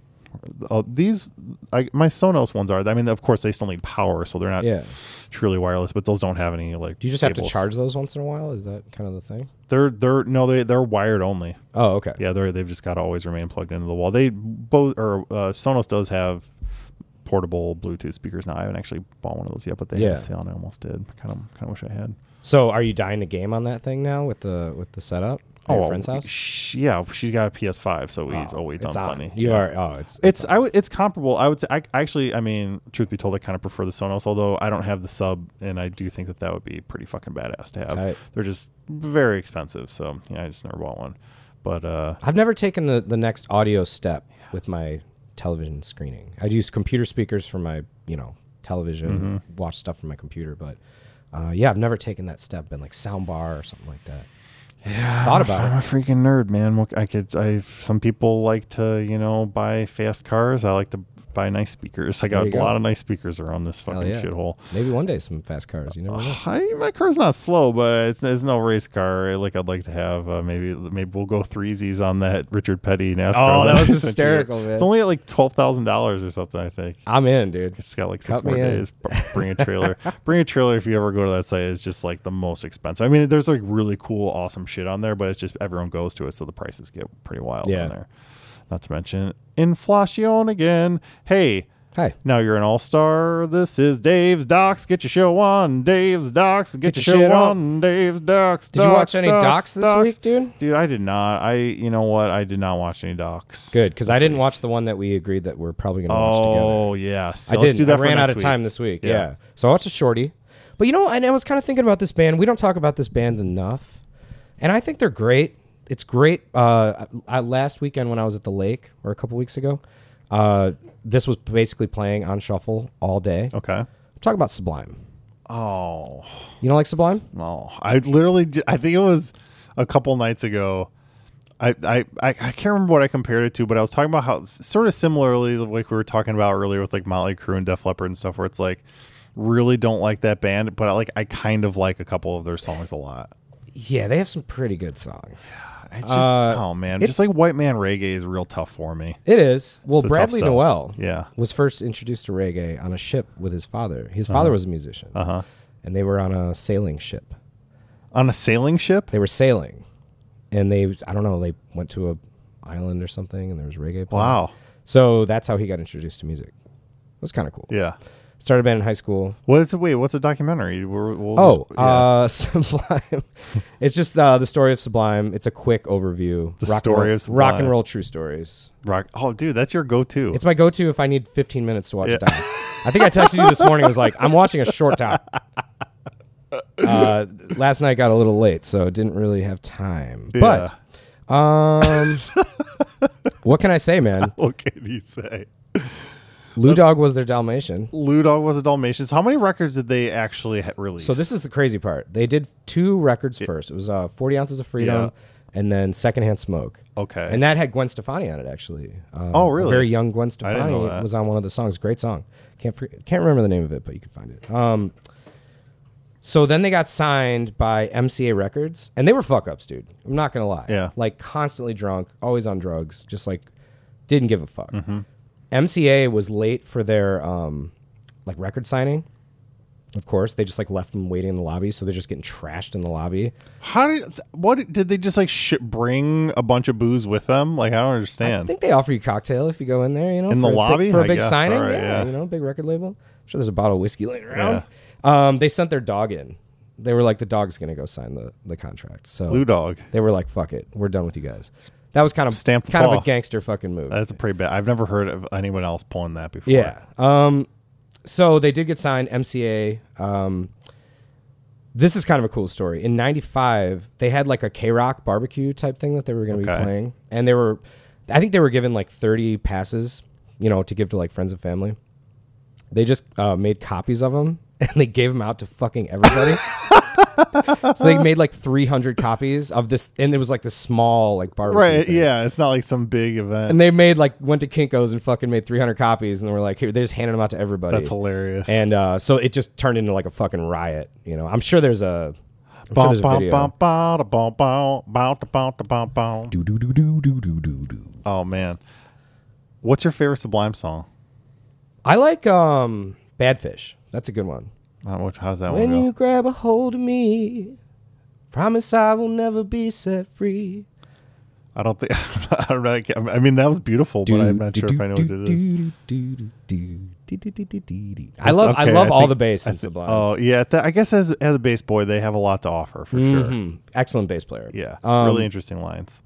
Speaker 2: Uh, these, I, my Sonos ones are. I mean, of course, they still need power, so they're not
Speaker 1: Yeah.
Speaker 2: truly wireless. But those don't have any like.
Speaker 1: Do you just have
Speaker 2: cables.
Speaker 1: to charge those once in a while? Is that kind of the thing?
Speaker 2: They're they're no, they they're wired only.
Speaker 1: Oh, okay.
Speaker 2: Yeah, they're they've just got to always remain plugged into the wall. They both or uh, Sonos does have portable Bluetooth speakers now. I haven't actually bought one of those yet, but they
Speaker 1: Yeah.
Speaker 2: had a sale and I almost did. I kind of kind of wish I had.
Speaker 1: So are you dying to game on that thing now with the with the setup? at your
Speaker 2: Oh,
Speaker 1: friend's house?
Speaker 2: sh- yeah, she got a PS5, so we oh, we done
Speaker 1: it's on.
Speaker 2: plenty.
Speaker 1: You are. Oh, it's.
Speaker 2: It's I w- it's comparable. I would say I I actually I mean truth be told I kind of prefer the Sonos although I don't have the sub and I do think that that would be pretty fucking badass to have.
Speaker 1: Tight.
Speaker 2: They're just very expensive so yeah I just never bought one. But uh
Speaker 1: I've never taken the the next audio step with my television screening. I'd use computer speakers for my you know television, watch stuff from my computer, but. Uh, yeah, I've never taken that step, been like sound bar or something like that. Yeah, thought about
Speaker 2: I'm
Speaker 1: it.
Speaker 2: a freaking nerd, man. What- I could I some people like to you know buy fast cars. I like to buy nice speakers. I got
Speaker 1: you
Speaker 2: a
Speaker 1: go.
Speaker 2: lot of nice speakers around this fucking
Speaker 1: yeah.
Speaker 2: shithole.
Speaker 1: Maybe one day some fast cars. You never know.
Speaker 2: I, my car's not slow, but it's, it's no race car eh, like I'd like to have. Uh, maybe maybe we'll go threesies on that Richard Petty NASCAR.
Speaker 1: Oh, that was
Speaker 2: Essentially.
Speaker 1: hysterical, man.
Speaker 2: It's only at like twelve thousand dollars or something, I think.
Speaker 1: I'm in, dude.
Speaker 2: It's got like six
Speaker 1: Cut me
Speaker 2: more
Speaker 1: in.
Speaker 2: days. B- Bring a trailer. Bring a trailer if you ever go to that site. It's just like the most expensive. I mean, there's like really cool, awesome shit on there, but it's just everyone goes to it, so the prices get pretty wild
Speaker 1: Yeah.
Speaker 2: on there. Not to mention inflation again. Hey,
Speaker 1: Hi.
Speaker 2: now you're an all star. This is Dave's Docs. Get your show on Dave's Docs. Get,
Speaker 1: Get
Speaker 2: your,
Speaker 1: your shit
Speaker 2: show
Speaker 1: on.
Speaker 2: on. Dave's Docs.
Speaker 1: Did you watch any docs, this
Speaker 2: docs.
Speaker 1: week, dude?
Speaker 2: Dude, I did not. I, you know what? I did not watch any docs.
Speaker 1: Good, because I didn't watch the one that we agreed that we're probably going to watch together.
Speaker 2: Oh yes,
Speaker 1: I
Speaker 2: Let's
Speaker 1: didn't.
Speaker 2: do that
Speaker 1: I
Speaker 2: for
Speaker 1: ran out
Speaker 2: next
Speaker 1: of
Speaker 2: week.
Speaker 1: time this week. Yeah.
Speaker 2: Yeah.
Speaker 1: So I watched a shorty. But you know, and I was kind of thinking about this band. We don't talk about this band enough, and I think they're great. It's great. Uh, I, last weekend when I was at the lake, or a couple weeks ago, uh, this was basically playing on shuffle all day.
Speaker 2: Okay.
Speaker 1: Talk about Sublime.
Speaker 2: Oh,
Speaker 1: You don't like Sublime?
Speaker 2: no. Oh, I literally, ju- I think it was a couple nights ago. I, I, I I can't remember what I compared it to, but I was talking about how it's sort of similarly, like we were talking about earlier with like Motley Crue and Def Leppard and stuff, where it's like really don't like that band, but I like I kind of like a couple of their songs a lot.
Speaker 1: Yeah, they have some pretty good songs.
Speaker 2: It's just
Speaker 1: Uh,
Speaker 2: oh man, just like white man reggae is real tough for me.
Speaker 1: It is. Well,
Speaker 2: It's a tough
Speaker 1: Bradley
Speaker 2: sell.
Speaker 1: Noel
Speaker 2: Yeah.
Speaker 1: was first introduced to reggae on a ship with his father. His father was a musician. Uh-huh. And they were on a sailing ship.
Speaker 2: On a sailing ship,
Speaker 1: They were sailing. And they I don't know, they went to a island or something and there was reggae playing.
Speaker 2: wow,
Speaker 1: So that's how he got introduced to music. It was kind of cool.
Speaker 2: yeah.
Speaker 1: Started a band in high school.
Speaker 2: What's wait? What's a documentary? We're, we'll
Speaker 1: Oh,
Speaker 2: just- yeah.
Speaker 1: uh, Sublime. it's just uh, the story of Sublime. It's a quick overview. The
Speaker 2: story
Speaker 1: roll,
Speaker 2: of
Speaker 1: rock and
Speaker 2: Sublime.
Speaker 1: roll true stories.
Speaker 2: rock. Oh, dude, that's your go-to.
Speaker 1: It's my go-to if I need 15 minutes to watch a doc. I think I texted you this morning. was like, I'm watching a short doc. Uh, last night got a little late, so didn't really have time. But um, what can I say, man?
Speaker 2: what can you say?
Speaker 1: Lou Dog was their Dalmatian.
Speaker 2: Lou Dog was a Dalmatian. So how many records did they actually ha- release?
Speaker 1: So this is the crazy part. They did two records first. It was uh, 40 ounces of freedom, and then secondhand smoke.
Speaker 2: okay.
Speaker 1: And that had Gwen Stefani on it, actually. Um,
Speaker 2: Oh,
Speaker 1: a
Speaker 2: really?
Speaker 1: Very young Gwen
Speaker 2: didn't
Speaker 1: Stefani
Speaker 2: know that.
Speaker 1: was on one of the songs. Great song. Can't for, can't remember the name of it, but you can find it. Um, so then they got signed by MCA Records, and they were fuck ups, dude. I'm not gonna lie.
Speaker 2: Yeah.
Speaker 1: Like constantly drunk, always on drugs, just like didn't give a fuck.
Speaker 2: Mm-hmm.
Speaker 1: MCA was late for their um, like record signing. Of course, they just like left them waiting in the lobby, so they're just getting trashed in the lobby.
Speaker 2: how did what did- did they just like sh- bring a bunch of booze with them? Like I don't
Speaker 1: I
Speaker 2: understand.
Speaker 1: think they offer you cocktail if you go in there, you know,
Speaker 2: In
Speaker 1: for
Speaker 2: the
Speaker 1: a big-
Speaker 2: lobby?
Speaker 1: for a
Speaker 2: I
Speaker 1: big
Speaker 2: guess.
Speaker 1: signing.
Speaker 2: All right,
Speaker 1: yeah,
Speaker 2: yeah.
Speaker 1: you know, big record label. I'm sure there's a bottle of whiskey laying around. Um, they sent their dog in. They were like, the dog's gonna go sign the, the contract. So
Speaker 2: Lou Dog.
Speaker 1: they were like, fuck it, we're done with you guys. That was kind of
Speaker 2: Stamp the
Speaker 1: kind of
Speaker 2: paw.
Speaker 1: a gangster fucking move.
Speaker 2: That's a pretty bad. I've never heard of anyone else pulling that before.
Speaker 1: Yeah. Um, so they did get signed MCA. Um, this is kind of a cool story. In '95, they had like a K Rock barbecue type thing that they were going to
Speaker 2: Okay.
Speaker 1: be playing, and they were, I think they were given like 30 passes, you know, to give to like friends and family. They just uh, made copies of them and they gave them out to fucking everybody. so they made like 300 copies of this, and it was like this small like barbecue.
Speaker 2: Right.
Speaker 1: thing.
Speaker 2: Yeah. It's not like some big event.
Speaker 1: And they made like went to Kinkos and fucking made 300 copies, and they were like, here, they just handed them out to everybody.
Speaker 2: That's hilarious.
Speaker 1: And uh, so it just turned into like a fucking riot. You know, I'm sure there's a. I'm sure
Speaker 2: Bow,
Speaker 1: there's a
Speaker 2: bow, bow,
Speaker 1: video.
Speaker 2: bow, da, bow, bow, bow, da, bow, da, bow, bow.
Speaker 1: Do, do, do, do, do, do, do, do.
Speaker 2: Oh man, what's your favorite Sublime song?
Speaker 1: I like um, Bad Fish. That's a good one.
Speaker 2: Uh, which- How's that
Speaker 1: When
Speaker 2: one go?
Speaker 1: you grab a hold of me, promise I will never be set free.
Speaker 2: I don't think I don't know. I mean, that was beautiful, but I'm not sure if I know what it is.
Speaker 1: do, do, do, do, I love I
Speaker 2: okay,
Speaker 1: love
Speaker 2: I
Speaker 1: all
Speaker 2: think-
Speaker 1: the bass in
Speaker 2: Th-
Speaker 1: Sublime.
Speaker 2: Oh yeah, th- I guess as as a bass boy, they have a lot to offer for sure.
Speaker 1: Hmm, excellent bass player.
Speaker 2: Yeah,
Speaker 1: Um,
Speaker 2: really interesting lines.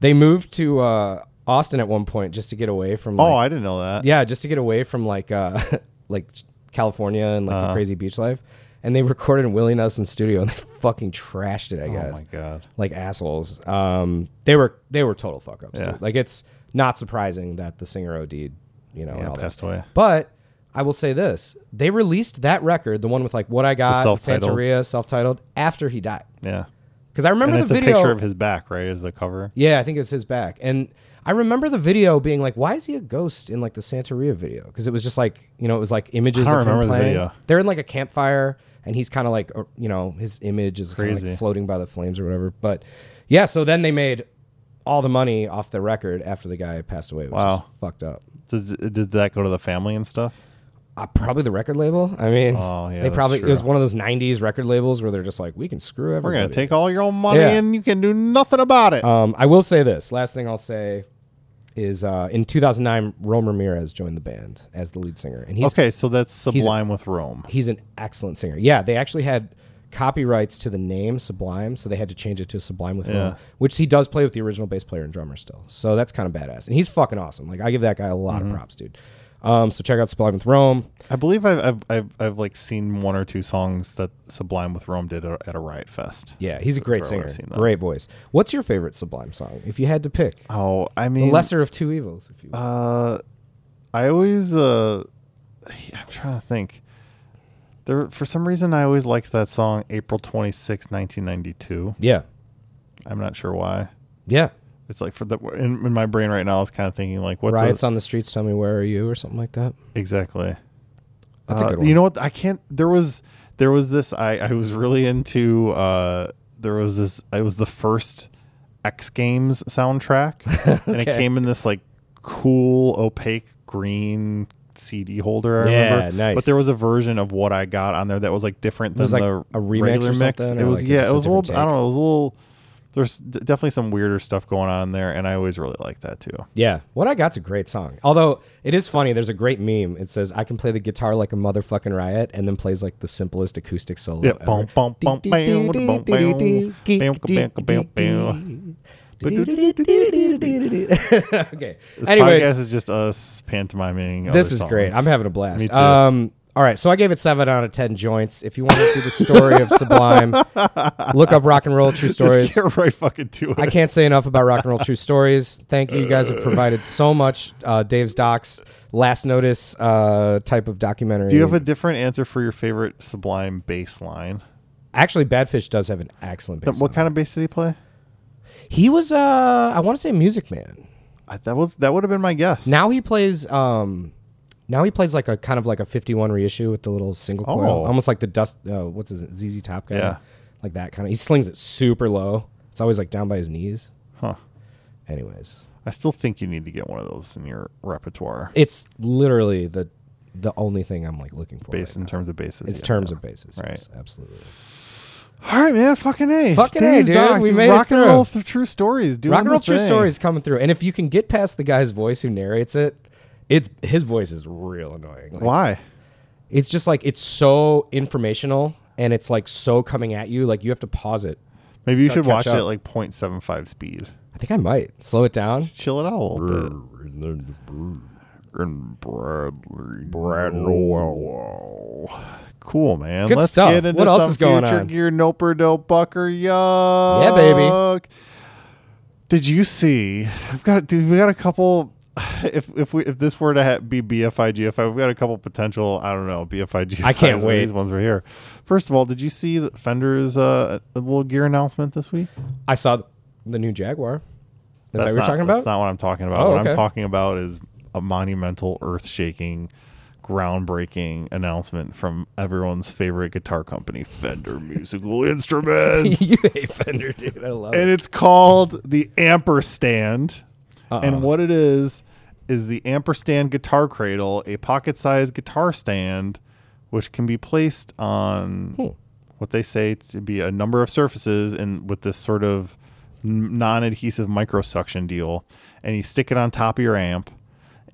Speaker 1: They moved to uh, Austin at one point just to get away from. Like,
Speaker 2: Oh, I didn't know that.
Speaker 1: yeah, just to get away from like uh, like California and
Speaker 2: Uh-huh.
Speaker 1: like the crazy beach life. And they recorded in Willie Nelson studio and they fucking trashed it. I guess.
Speaker 2: Oh my god.
Speaker 1: like assholes. Um, they were they were total fuck ups.
Speaker 2: Yeah.
Speaker 1: Dude. Like it's not surprising that the singer OD'd, you know, and
Speaker 2: Yeah,
Speaker 1: all that.
Speaker 2: passed away.
Speaker 1: But I will say this: they released that record, the one with like "What I Got," with
Speaker 2: self-titled.
Speaker 1: Santeria, self-titled, after he died.
Speaker 2: Yeah.
Speaker 1: Because I remember
Speaker 2: And it's
Speaker 1: the
Speaker 2: a
Speaker 1: video.
Speaker 2: picture of his back, right? Is the cover?
Speaker 1: yeah, I think it's his back, and I remember the video being like, "Why is he a ghost in like the Santeria video?" Because it was just like you know, it was like images
Speaker 2: I don't
Speaker 1: of him
Speaker 2: remember the
Speaker 1: playing.
Speaker 2: video.
Speaker 1: They're in like a campfire, and he's kind of like uh, you know his image is kind of
Speaker 2: Crazy.
Speaker 1: like floating by the flames or whatever. But yeah, so then they made all the money off the record after the guy passed away, which
Speaker 2: Wow.
Speaker 1: is fucked up.
Speaker 2: Does, did that go to the family and stuff?
Speaker 1: Uh, probably the record label. I mean,
Speaker 2: Oh, yeah,
Speaker 1: they
Speaker 2: that's
Speaker 1: probably
Speaker 2: true.
Speaker 1: it was one of those '90s record labels where they're just like, we can screw
Speaker 2: We're
Speaker 1: everybody.
Speaker 2: gonna take all your money
Speaker 1: Yeah.
Speaker 2: and you can do nothing about it.
Speaker 1: Um, I will say this. Last thing I'll say is uh, in 2009, Rome Ramirez joined the band as the lead singer, and he's
Speaker 2: okay, so that's Sublime with Rome.
Speaker 1: he's an excellent singer. Yeah, they actually had copyrights to the name Sublime, so they had to change it to Sublime with Rome,
Speaker 2: Yeah.
Speaker 1: which he does play with the original bass player and drummer still. So that's kind of badass, and he's fucking awesome. Like I give that guy a lot
Speaker 2: Mm-hmm.
Speaker 1: of props, dude. Um, so check out Sublime with Rome.
Speaker 2: I believe I've, I've I've I've like seen one or two songs that Sublime with Rome did at, at a Riot Fest.
Speaker 1: Yeah, he's a great
Speaker 2: sure I
Speaker 1: singer,
Speaker 2: would've seen that.
Speaker 1: great voice. What's your favorite Sublime song, if you had to pick?
Speaker 2: Oh, I mean,
Speaker 1: Lesser of two evils, if you will.
Speaker 2: Uh, I always uh, I'm trying to think. There, for some reason, I always liked that song, April 26, 1992.
Speaker 1: yeah,
Speaker 2: I'm not sure why.
Speaker 1: yeah.
Speaker 2: It's like for the in, in my brain right now, I was kind of thinking like, what's
Speaker 1: Riots
Speaker 2: a,
Speaker 1: on the streets, tell me where are you, or something like that.
Speaker 2: exactly?
Speaker 1: That's a
Speaker 2: Uh,
Speaker 1: good one.
Speaker 2: You know what? I can't. There was there was this. I I was really into. uh There was this. It was the first X Games soundtrack, and it
Speaker 1: Okay.
Speaker 2: came in this like cool opaque green CD holder. I
Speaker 1: Yeah,
Speaker 2: remember.
Speaker 1: nice.
Speaker 2: But there was was a version of what I got on there that was like different than
Speaker 1: was, like,
Speaker 2: the
Speaker 1: a remix or
Speaker 2: regular mix.
Speaker 1: something,
Speaker 2: It
Speaker 1: or,
Speaker 2: was
Speaker 1: like,
Speaker 2: yeah,
Speaker 1: just
Speaker 2: it
Speaker 1: a
Speaker 2: was a little.
Speaker 1: different
Speaker 2: I
Speaker 1: take?
Speaker 2: don't know. It was a little. There's d- definitely some weirder stuff going on there, and I always really liked that too.
Speaker 1: Yeah, what I got's a great song. Although it is funny, there's a great meme. It says, "I can play the guitar like a motherfucking riot," and then plays like the simplest acoustic solo.
Speaker 2: Yeah,
Speaker 1: ever.
Speaker 2: bum, bum, bum, bam, bum, bam, bam, bam, bam, bam, bam.
Speaker 1: okay.
Speaker 2: This podcast
Speaker 1: Anyways,
Speaker 2: is just us pantomiming.
Speaker 1: this is great. I'm having a blast.
Speaker 2: Me too.
Speaker 1: Um, all right, so I gave it seven out of ten joints. If you want to do the story of Sublime, look up Rock and Roll True
Speaker 2: Let's
Speaker 1: Stories.
Speaker 2: get right fucking to it.
Speaker 1: I can't say enough about rock and roll true stories. Thank you. You guys have provided so much. Uh, Dave's Docs, Last Notice uh, type of documentary.
Speaker 2: Do you have a different answer for your favorite Sublime bass line?
Speaker 1: Actually, Badfish does have an excellent
Speaker 2: Th-
Speaker 1: bass.
Speaker 2: What
Speaker 1: line.
Speaker 2: kind of bass did he play?
Speaker 1: He was, uh, I want to say, Music Man.
Speaker 2: I, that was that would have been my guess.
Speaker 1: Now he plays. Um, now he plays like a kind of like a 51 reissue with the little single coil,
Speaker 2: Oh.
Speaker 1: almost like the dust. Uh, what's his ZZ Top guy?
Speaker 2: Yeah.
Speaker 1: Like that kind of. He slings it super low. It's always like down by his knees.
Speaker 2: Huh.
Speaker 1: Anyways,
Speaker 2: I still think you need to get one of those in your repertoire,
Speaker 1: it's literally the the only thing I'm like looking for. right
Speaker 2: bass in terms of basses.
Speaker 1: It's
Speaker 2: yeah.
Speaker 1: terms of basis.
Speaker 2: Right.
Speaker 1: Yes, absolutely.
Speaker 2: All right, man. Fucking a.
Speaker 1: Fucking A,
Speaker 2: Dave's
Speaker 1: dude.
Speaker 2: Doc,
Speaker 1: We made it
Speaker 2: rock and
Speaker 1: through.
Speaker 2: roll through true stories. Doing
Speaker 1: Rock and roll
Speaker 2: the
Speaker 1: true
Speaker 2: thing.
Speaker 1: story is coming through, and if you can get past the guy's voice who narrates it, it's his voice is real annoying. Like,
Speaker 2: Why?
Speaker 1: It's just like it's so informational, and it's like so coming at you. Like you have to pause it.
Speaker 2: Maybe you
Speaker 1: Try to
Speaker 2: should
Speaker 1: catch
Speaker 2: watch it
Speaker 1: up.
Speaker 2: at like 0.75 speed.
Speaker 1: I think I might slow it down.
Speaker 2: Just chill it out a little bit. And Bradley. Bradley. Cool, man.
Speaker 1: Good
Speaker 2: Let's
Speaker 1: stuff.
Speaker 2: get into
Speaker 1: What else
Speaker 2: some
Speaker 1: is going
Speaker 2: future
Speaker 1: on?
Speaker 2: gear. Noper, dope, bucker, yuck.
Speaker 1: Yeah, baby.
Speaker 2: Did you see? I've got. Dude, we got a couple. If if we if this were to ha- be BFI GFI, we've got a couple potential. I don't know BFI GFI.
Speaker 1: I can't wait.
Speaker 2: These ones right here. First of all, did you see that Fender's uh, a little gear announcement this week?
Speaker 1: I saw the new Jaguar. Is that what you're
Speaker 2: not,
Speaker 1: talking about?
Speaker 2: That's not what I'm talking about.
Speaker 1: Oh,
Speaker 2: what
Speaker 1: okay.
Speaker 2: I'm talking about is a monumental, earth-shaking, groundbreaking announcement from everyone's favorite guitar company, Fender Musical Instruments,
Speaker 1: you hate Fender, dude. I love it.
Speaker 2: and it's called the Amperstand.
Speaker 1: Uh-uh.
Speaker 2: And what it is is the Amperstand guitar cradle, a pocket-sized guitar stand, which can be placed on what they say to be a number of surfaces and with this sort of n- non-adhesive microsuction deal and you stick it on top of your amp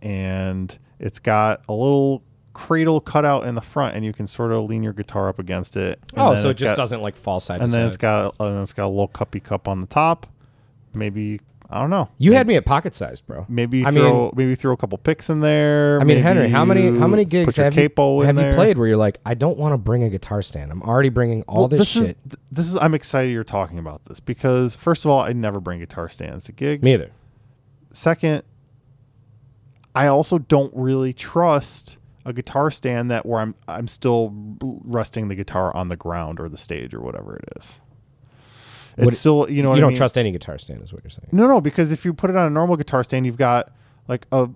Speaker 2: and it's got a little cradle cutout in the front, and you can sort of lean your guitar up against it. And
Speaker 1: oh,
Speaker 2: then
Speaker 1: so it
Speaker 2: it's
Speaker 1: just
Speaker 2: got-
Speaker 1: doesn't like fall side
Speaker 2: And
Speaker 1: to
Speaker 2: then
Speaker 1: side.
Speaker 2: it's got a, and it's got a little cuppy cup on the top. Maybe I don't know.
Speaker 1: you had me at pocket size, bro.
Speaker 2: Maybe you
Speaker 1: I mean-
Speaker 2: throw maybe throw a couple picks in there.
Speaker 1: I mean, Henry, how many how many gigs
Speaker 2: put your
Speaker 1: have
Speaker 2: capo
Speaker 1: you
Speaker 2: in
Speaker 1: have you
Speaker 2: there.
Speaker 1: played where you're like, I don't want to bring a guitar stand. I'm already bringing all
Speaker 2: Well,
Speaker 1: this,
Speaker 2: is
Speaker 1: shit.
Speaker 2: th- this is I'm excited you're talking about this because first of all, I never bring guitar stands to gigs.
Speaker 1: Me either.
Speaker 2: Second, I also don't really trust a guitar stand that where I'm I'm still resting the guitar on the ground or the stage or whatever it is. It's
Speaker 1: What-
Speaker 2: still you know what
Speaker 1: you
Speaker 2: I
Speaker 1: don't
Speaker 2: mean?
Speaker 1: trust any guitar stand, is what you're saying.
Speaker 2: No, no, because if you put it on a normal guitar stand, you've got like a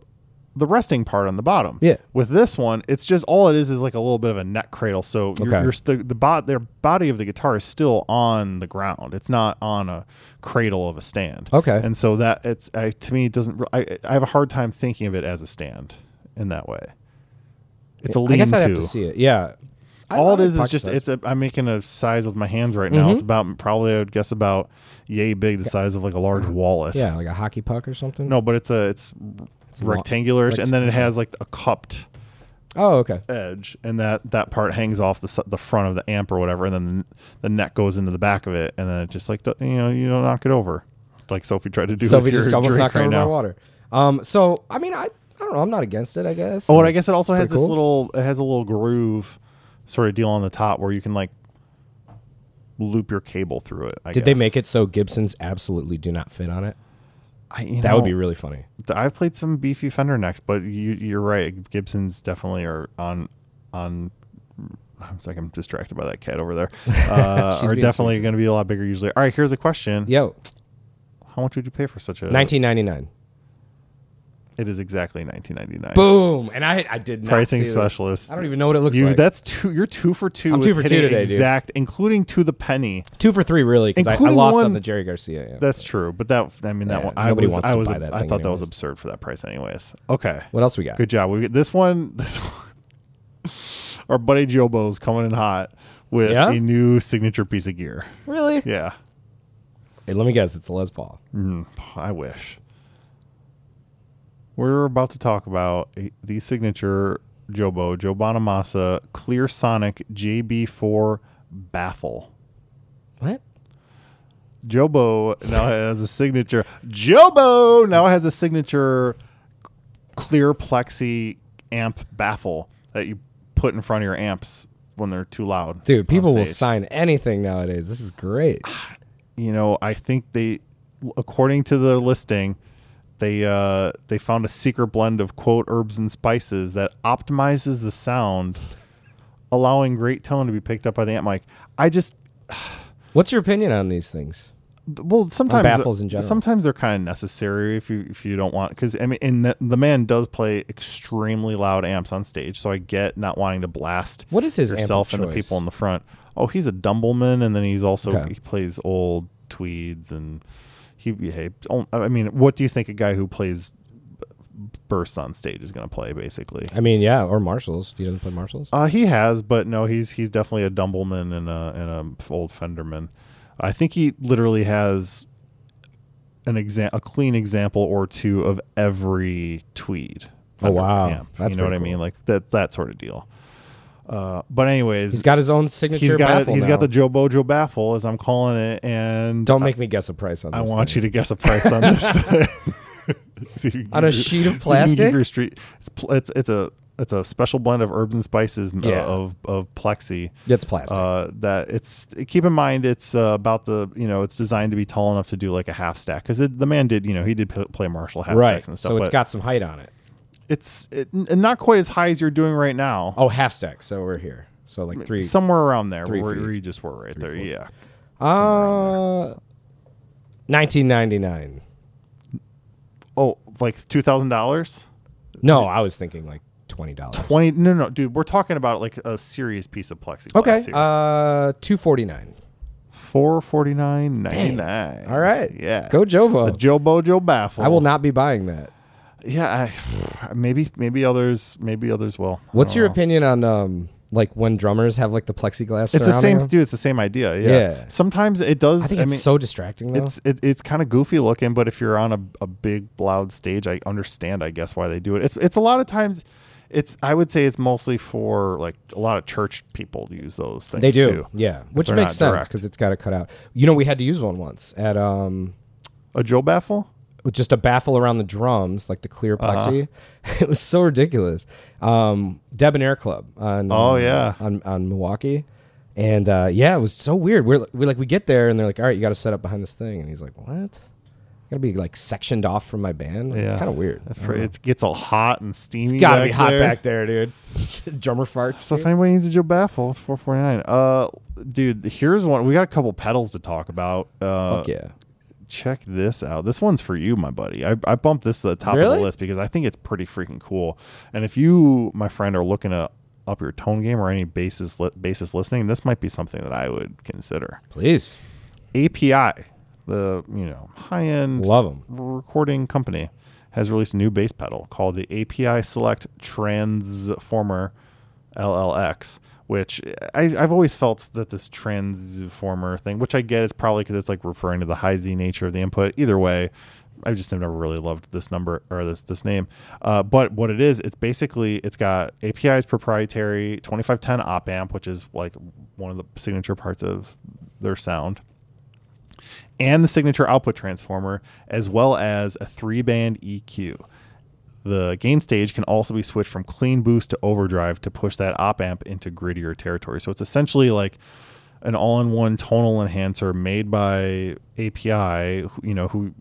Speaker 2: the resting part on the bottom.
Speaker 1: Yeah.
Speaker 2: With this one, it's just all it is is like a little bit of a neck cradle. So you're,
Speaker 1: Okay.
Speaker 2: you're st- the bot their body of the guitar is still on the ground. It's not on a cradle of a stand.
Speaker 1: Okay.
Speaker 2: And so that it's I, to me it doesn't. re- I I have a hard time thinking of it as a stand in that way. It's a lean
Speaker 1: I guess I'd
Speaker 2: to
Speaker 1: have to see it. Yeah. I- I
Speaker 2: all it
Speaker 1: like Mm-hmm.
Speaker 2: is is
Speaker 1: pocket
Speaker 2: just
Speaker 1: size.
Speaker 2: it's a, I'm making a size with my hands right now. It's about probably I would guess about yay big, the size of like a large wallet.
Speaker 1: yeah, like a hockey puck or something.
Speaker 2: No, but it's a it's,
Speaker 1: lo-
Speaker 2: rectangular, and then it has like a cupped
Speaker 1: Oh, okay.
Speaker 2: edge, and that that part hangs off the s- the front of the amp or whatever, and then the neck goes into the back of it, and then it just like you know you don't knock it over, like Sophie tried to do.
Speaker 1: So
Speaker 2: with
Speaker 1: we
Speaker 2: your
Speaker 1: just almost
Speaker 2: drink
Speaker 1: knocked
Speaker 2: right
Speaker 1: over
Speaker 2: now.
Speaker 1: my water. Um, so I mean, I I don't know. I'm not against it. I guess.
Speaker 2: Oh, and I guess it also has
Speaker 1: pretty
Speaker 2: this
Speaker 1: cool.
Speaker 2: little it has a little groove sort of deal on the top where you can like loop your cable through it. I
Speaker 1: Did they make it so Gibsons absolutely do not fit on it?
Speaker 2: I, you
Speaker 1: That would
Speaker 2: know,
Speaker 1: be really funny.
Speaker 2: Th- I've played some beefy Fender necks, but you, you're right. Gibsons definitely are on on. I'm like I'm distracted by that cat over there. Uh,
Speaker 1: She's
Speaker 2: are
Speaker 1: being
Speaker 2: definitely going to be a lot bigger usually. All right, here's a question.
Speaker 1: Yo,
Speaker 2: How much would you pay for such a?
Speaker 1: 1999.
Speaker 2: It is exactly 19.99.
Speaker 1: Boom. And I I did not
Speaker 2: Pricing
Speaker 1: see this.
Speaker 2: specialist.
Speaker 1: I don't even know what it looks
Speaker 2: You,
Speaker 1: like.
Speaker 2: that's two. You're two for two.
Speaker 1: I'm two
Speaker 2: with
Speaker 1: for two
Speaker 2: hitting
Speaker 1: today, dude.
Speaker 2: Exact, including to the penny.
Speaker 1: Two for three, really, because I, I
Speaker 2: Including
Speaker 1: lost
Speaker 2: one-
Speaker 1: on the Jerry Garcia. Yeah.
Speaker 2: That's true. But that, I mean, that
Speaker 1: Yeah,
Speaker 2: one. I
Speaker 1: nobody
Speaker 2: was,
Speaker 1: wants
Speaker 2: I
Speaker 1: to
Speaker 2: was,
Speaker 1: buy that
Speaker 2: I
Speaker 1: thing
Speaker 2: thought that was
Speaker 1: anyways.
Speaker 2: absurd for that price, anyways. Okay.
Speaker 1: what else we got?
Speaker 2: Good job. We get this one. This one. Our buddy Jobo's coming in hot with
Speaker 1: Yeah?
Speaker 2: a new signature piece of gear.
Speaker 1: Really?
Speaker 2: Yeah, Mm.
Speaker 1: Hey, let me guess. It's a Les Paul.
Speaker 2: I wish. We're about to talk about a- the signature Jobo Joe Bonamassa Clear Sonic JB4 Baffle.
Speaker 1: What?
Speaker 2: Jobo now has a signature. Jobo now has a signature clear plexi amp baffle that you put in front of your amps when they're too loud. on
Speaker 1: Dude, people will
Speaker 2: stage.
Speaker 1: sign anything nowadays. This is great.
Speaker 2: You know, I think they, according to the listing, they uh, they found a secret blend of quote herbs and spices that optimizes the sound, allowing great tone to be picked up by the amp mic. I just
Speaker 1: What's your opinion on these things?
Speaker 2: well sometimes
Speaker 1: baffles in general.
Speaker 2: sometimes they're kind of necessary if you if you don't want because i mean and the, the man does play extremely loud amps on stage so i get not wanting to blast
Speaker 1: What is his amp of
Speaker 2: yourself and the
Speaker 1: choice?
Speaker 2: people in the front oh he's a dumbleman and then he's also
Speaker 1: Okay.
Speaker 2: he plays old tweeds and he hey oh, i mean what do you think a guy who plays b- bursts on stage is going to play basically
Speaker 1: I mean, yeah, or Marshalls. He doesn't play Marshalls.
Speaker 2: uh, he has, but no, he's he's definitely a Dumbleman and a and a old Fenderman. I think he literally has an exam a clean example or two of every tweed.
Speaker 1: Oh, wow.
Speaker 2: Fenderman amp.
Speaker 1: That's
Speaker 2: you know what
Speaker 1: pretty
Speaker 2: I mean,
Speaker 1: cool.
Speaker 2: like that that sort of deal. Uh, but anyways,
Speaker 1: He's got his own signature
Speaker 2: he's got
Speaker 1: baffle.
Speaker 2: he's got
Speaker 1: now.
Speaker 2: the Joe Bojo baffle as I'm calling it, and
Speaker 1: Don't make me guess a price on this.
Speaker 2: I want you to guess a price on this thing. So you can
Speaker 1: On a
Speaker 2: give your-
Speaker 1: sheet of
Speaker 2: so you can give
Speaker 1: plastic?
Speaker 2: your street, it's, pl- it's it's a it's a special blend of herbs and spices uh,
Speaker 1: Yeah.
Speaker 2: of of plexi.
Speaker 1: It's plastic.
Speaker 2: Uh, that it's keep in mind it's uh, about the you know it's designed to be tall enough to do like a half stack because the man did you know he did p- play Marshall half
Speaker 1: right.
Speaker 2: stacks and stuff.
Speaker 1: so it's
Speaker 2: but
Speaker 1: got some height on it.
Speaker 2: it's it, n- not quite as high as you're doing right now.
Speaker 1: Oh, half stack. So we're here. So like three.
Speaker 2: Somewhere around there
Speaker 1: three
Speaker 2: where,
Speaker 1: feet.
Speaker 2: where you just were right there. Yeah,
Speaker 1: uh, 1999.
Speaker 2: oh like two thousand dollars.
Speaker 1: No, I was thinking like twenty dollars.
Speaker 2: Twenty? No, no, dude. We're talking about like a serious piece of plexiglass.
Speaker 1: Okay.
Speaker 2: here.
Speaker 1: Uh, two forty nine.
Speaker 2: Four forty nine ninety nine.
Speaker 1: All right.
Speaker 2: Yeah.
Speaker 1: Go
Speaker 2: The
Speaker 1: Jovo.
Speaker 2: Joe Bojo baffle.
Speaker 1: I will not be buying that.
Speaker 2: Yeah. I, maybe. Maybe others. Maybe others will. I
Speaker 1: What's
Speaker 2: don't
Speaker 1: your
Speaker 2: know.
Speaker 1: opinion on um like when drummers have like the plexiglass?
Speaker 2: It's the
Speaker 1: surrounding
Speaker 2: same,
Speaker 1: them?
Speaker 2: dude. It's the same idea. Yeah.
Speaker 1: Yeah.
Speaker 2: Sometimes it does.
Speaker 1: I think it's
Speaker 2: mean,
Speaker 1: so distracting though.
Speaker 2: it's it, it's kind of goofy looking, but if you're on a, a big loud stage, I understand, I guess, why they do it. It's it's a lot of times it's I would say it's mostly for like a lot of church people use those things.
Speaker 1: They do,
Speaker 2: too.
Speaker 1: yeah, which
Speaker 2: they're
Speaker 1: makes
Speaker 2: not
Speaker 1: sense
Speaker 2: direct.
Speaker 1: because it's got to cut out. You know, we had to use one once at um,
Speaker 2: A Joe baffle.
Speaker 1: with just a baffle around the drums, like the clear
Speaker 2: Uh-huh.
Speaker 1: plexi. it was so ridiculous. Um, Debonair Club on
Speaker 2: Oh,
Speaker 1: uh,
Speaker 2: yeah.
Speaker 1: on, on Milwaukee, and uh, yeah, it was so weird. We're, we like we get there and they're like, all right, you got to set up behind this thing, and he's like, what? Got to be like sectioned off from my band. It's kind of weird.
Speaker 2: That's pretty, it gets all hot and steamy.
Speaker 1: It's gotta be
Speaker 2: back
Speaker 1: hot
Speaker 2: there.
Speaker 1: back there, dude. Drummer farts.
Speaker 2: So
Speaker 1: dude.
Speaker 2: if anybody needs a Joe Baffle, it's four forty nine. Uh, dude, here's one. We got a couple pedals to talk about. Uh,
Speaker 1: Fuck yeah.
Speaker 2: check this out. This one's for you, my buddy. I, I bumped this to the top of
Speaker 1: Really?
Speaker 2: the list because I think it's pretty freaking cool. And if you, my friend, are looking to up your tone game or any basis li- basis listening, this might be something that I would consider.
Speaker 1: Please.
Speaker 2: API, the you know high end
Speaker 1: Love 'em.
Speaker 2: recording company, has released a new bass pedal called the API Select Transformer LLX. Which I, I've always felt that this transformer thing, which I get is probably because it's like referring to the high Z nature of the input. Either way, I just have never really loved this number or this this name. Uh, but what it is, it's basically it's got API's proprietary 2510 op amp, which is like one of the signature parts of their sound and the signature output transformer, as well as a three band EQ. The gain stage can also be switched from clean boost to overdrive to push that op amp into grittier territory. So it's essentially like an all-in-one tonal enhancer made by API, who- you know, who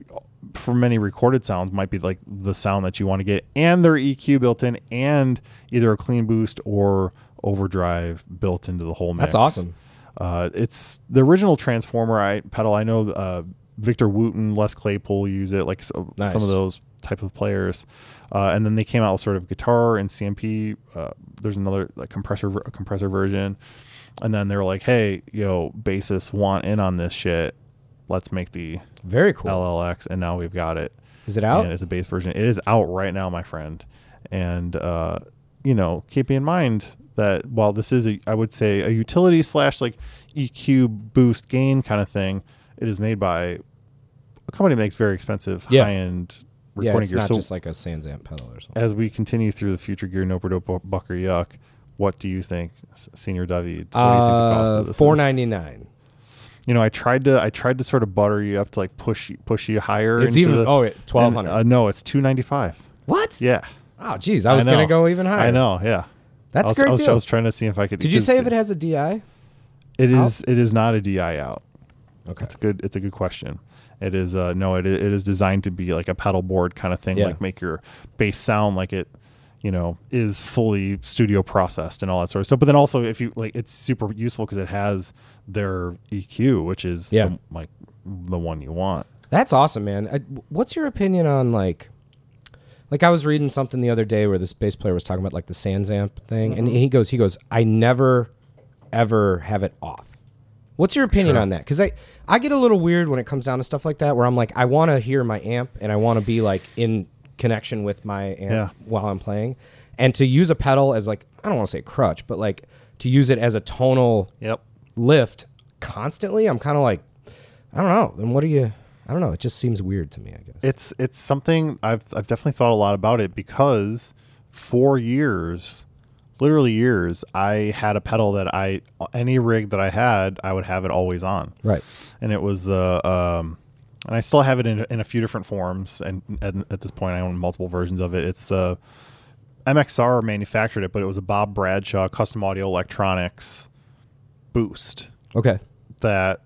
Speaker 2: for many recorded sounds might be like the sound that you want to get and their EQ built in and either a clean boost or overdrive built into the whole mix.
Speaker 1: That's awesome.
Speaker 2: Uh, it's the original Transformer I, pedal. I know uh, Victor Wooten, Les Claypool use it, like so,
Speaker 1: Nice.
Speaker 2: some of those type of players. Uh, and then they came out with sort of guitar and CMP. Uh, there's another like compressor ver- compressor version. And then they're like, hey, yo, bassists want in on this shit. Let's make the
Speaker 1: Very cool.
Speaker 2: LLX. And now we've got it.
Speaker 1: Is it out?
Speaker 2: And it's a bass version. It is out right now, my friend. And uh, you know, keeping in mind that while this is a, I would say a utility slash like EQ boost gain kind of thing, it is made by a company that makes very expensive
Speaker 1: Yeah.
Speaker 2: high end
Speaker 1: yeah,
Speaker 2: recording
Speaker 1: it's
Speaker 2: gear.
Speaker 1: not
Speaker 2: So
Speaker 1: just like a Sans Amp pedal or something.
Speaker 2: as we continue through the future gear, Nope or Dope Bu- Bucker Yuck, what do you think, S- Senior David? What do you think the cost of
Speaker 1: Uh,
Speaker 2: this
Speaker 1: Four
Speaker 2: is?
Speaker 1: ninety nine.
Speaker 2: You know, I tried to I tried to sort of butter you up to like push you- push you higher.
Speaker 1: It's
Speaker 2: into
Speaker 1: even
Speaker 2: the-
Speaker 1: oh wait, twelve
Speaker 2: and,
Speaker 1: hundred.
Speaker 2: Uh, no, it's two ninety five.
Speaker 1: what?
Speaker 2: Yeah.
Speaker 1: Oh, geez, I was
Speaker 2: know.
Speaker 1: gonna go even higher.
Speaker 2: I know. Yeah.
Speaker 1: That's
Speaker 2: I was,
Speaker 1: a great
Speaker 2: I was,
Speaker 1: deal.
Speaker 2: I was trying to see if I could.
Speaker 1: Did you
Speaker 2: 'cause
Speaker 1: say if it has a DI?
Speaker 2: It is. It is not a DI out.
Speaker 1: Okay.
Speaker 2: It's good. It's a good question. It is. Uh, no. It i- it is designed to be like a pedal board kind of thing.
Speaker 1: Yeah.
Speaker 2: Like make your bass sound like it. You know, is fully studio processed and all that sort of stuff. But then also, if you like, it's super useful because it has their EQ, which is
Speaker 1: Yeah.
Speaker 2: the, like the one you want.
Speaker 1: That's awesome, man. I, what's your opinion on like, like I was reading something the other day where this bass player was talking about like the Sans Amp thing, and he goes, he goes, I never, ever have it off. What's your opinion on that? Because I, I get a little weird when it comes down to stuff like that, where I'm like, I want to hear my amp and I want to be like in connection with my amp
Speaker 2: Yeah.
Speaker 1: while I'm playing, and to use a pedal as like I don't want to say crutch, but like to use it as a tonal
Speaker 2: Yep.
Speaker 1: lift constantly, I'm kind of like, I don't know. Then what do you? I don't know. It just seems weird to me. I guess.
Speaker 2: It's it's something I've I've definitely thought a lot about it because for years, literally years, I had a pedal that I any rig that I had, I would have it always on.
Speaker 1: Right.
Speaker 2: And it was the um and I still have it in, in a few different forms and, and at this point I own multiple versions of it. It's the MXR manufactured it, but it was a Bob Bradshaw custom audio electronics boost
Speaker 1: Okay.
Speaker 2: that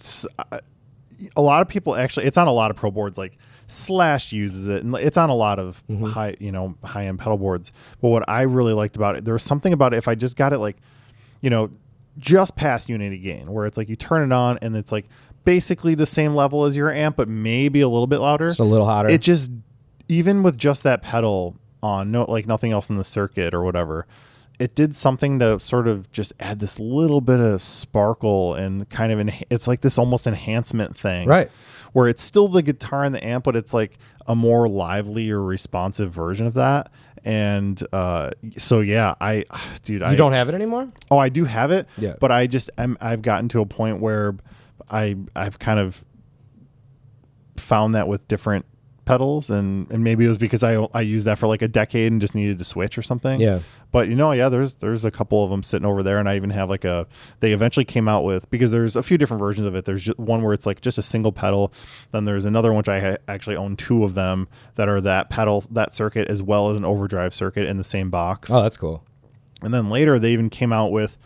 Speaker 2: s- I- a lot of people actually it's on a lot of pro boards like slash uses it and it's on a lot of high you know high end pedal boards but what i really liked about it there was something about it if i just got it like you know just past unity gain where it's like you turn it on and it's like basically the same level as your amp but maybe a little bit louder
Speaker 1: Just a little hotter.
Speaker 2: it just even with just that pedal on, no, like nothing else in the circuit or whatever, it did something to sort of just add this little bit of sparkle and kind of enha- it's like this almost enhancement thing,
Speaker 1: Right.
Speaker 2: Where it's still the guitar and the amp, but it's like a more lively or responsive version of that. And uh, so yeah, I, dude, I
Speaker 1: you don't have it anymore.
Speaker 2: Oh, I do have it.
Speaker 1: Yeah.
Speaker 2: But I just I'm, I've gotten to a point where I I've kind of found that with different pedals and and maybe it was because I I used that for like a decade and just needed to switch or something.
Speaker 1: Yeah.
Speaker 2: But you know, yeah, there's there's a couple of them sitting over there and I even have like a they eventually came out with because there's a few different versions of it. There's ju- one where it's like just a single pedal, then there's another one which I ha- actually own two of them that are that pedal that circuit as well as an overdrive circuit in the same box.
Speaker 1: Oh, that's cool.
Speaker 2: And then later they even came out with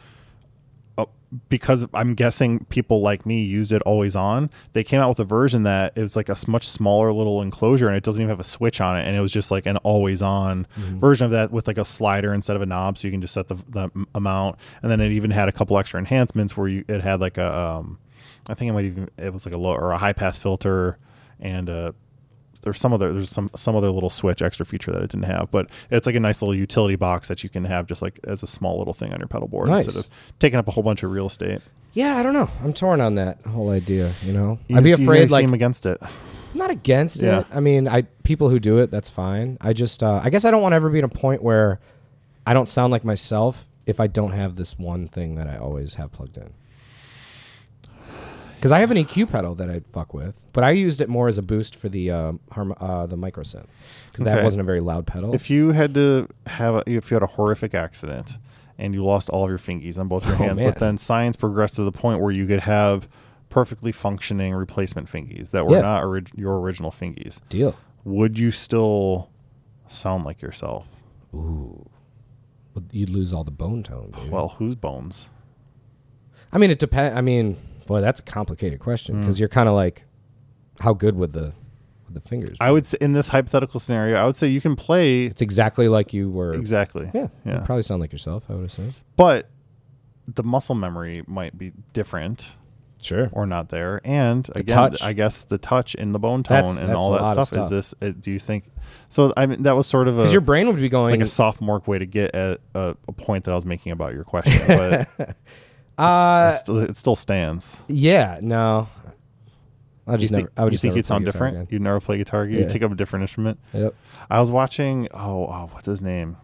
Speaker 2: uh, because I'm guessing people like me used it always on. They came out with a version that it was like a s- much smaller little enclosure and it doesn't even have a switch on it. And it was just like an always on version of that with like a slider instead of a knob. So you can just set the, the m- amount. And then it even had a couple extra enhancements where you, it had like a, um, I think it might even, it was like a low or a high pass filter and a, there's some other there's some some other little switch extra feature that it didn't have, but it's like a nice little utility box that you can have just like as a small little thing on your pedal board
Speaker 1: Nice.
Speaker 2: instead of taking up a whole bunch of real estate.
Speaker 1: Yeah, I don't know. I'm torn on that whole idea. You know,
Speaker 2: You
Speaker 1: I'd be
Speaker 2: just- you
Speaker 1: afraid
Speaker 2: guys
Speaker 1: like
Speaker 2: seem against it.
Speaker 1: I'm not against
Speaker 2: Yeah.
Speaker 1: it. I mean, I people who do it, that's fine. I just, uh, I guess, I don't want to ever be at a point where I don't sound like myself if I don't have this one thing that I always have plugged in. Because I have an EQ pedal that I fuck with, but I used it more as a boost for the uh, harm, uh, the micro synth because that
Speaker 2: Okay.
Speaker 1: wasn't a very loud pedal.
Speaker 2: If you had to have a, if you had a horrific accident and you lost all of your fingies on both your hands,
Speaker 1: man.
Speaker 2: but then science progressed to the point where you could have perfectly functioning replacement fingies that were
Speaker 1: Yeah.
Speaker 2: not orig- your original fingies,
Speaker 1: Deal.
Speaker 2: would you still sound like yourself?
Speaker 1: But you'd lose all the bone tone. Dude.
Speaker 2: Well, whose bones?
Speaker 1: I mean, it depends. I mean, boy, that's a complicated
Speaker 2: Mm.
Speaker 1: question because you're kind of like, how good would the would the fingers?
Speaker 2: I would say in this hypothetical scenario, I would say you can play
Speaker 1: it's exactly like you were.
Speaker 2: exactly.
Speaker 1: Yeah, you
Speaker 2: Yeah.
Speaker 1: probably sound like yourself. I would assume.
Speaker 2: But the muscle memory might be different
Speaker 1: Sure.
Speaker 2: or not there. And again,
Speaker 1: touch.
Speaker 2: I guess the touch and the bone tone
Speaker 1: That's-
Speaker 2: and
Speaker 1: that's
Speaker 2: all
Speaker 1: a
Speaker 2: that
Speaker 1: lot of
Speaker 2: stuff, is this uh, do you think so I mean that was sort of
Speaker 1: Because your
Speaker 2: a
Speaker 1: brain would be going.
Speaker 2: like a sophomore way to get at a, a point that I was making about your question, but
Speaker 1: uh,
Speaker 2: it, still, it still stands.
Speaker 1: yeah. No. I
Speaker 2: You
Speaker 1: just
Speaker 2: think,
Speaker 1: never. I would
Speaker 2: you
Speaker 1: just
Speaker 2: think
Speaker 1: never
Speaker 2: you sound
Speaker 1: play guitar
Speaker 2: different? You never play guitar. You
Speaker 1: Yeah.
Speaker 2: take up a different instrument.
Speaker 1: again. Yep.
Speaker 2: I was watching. Oh, oh, what's his name?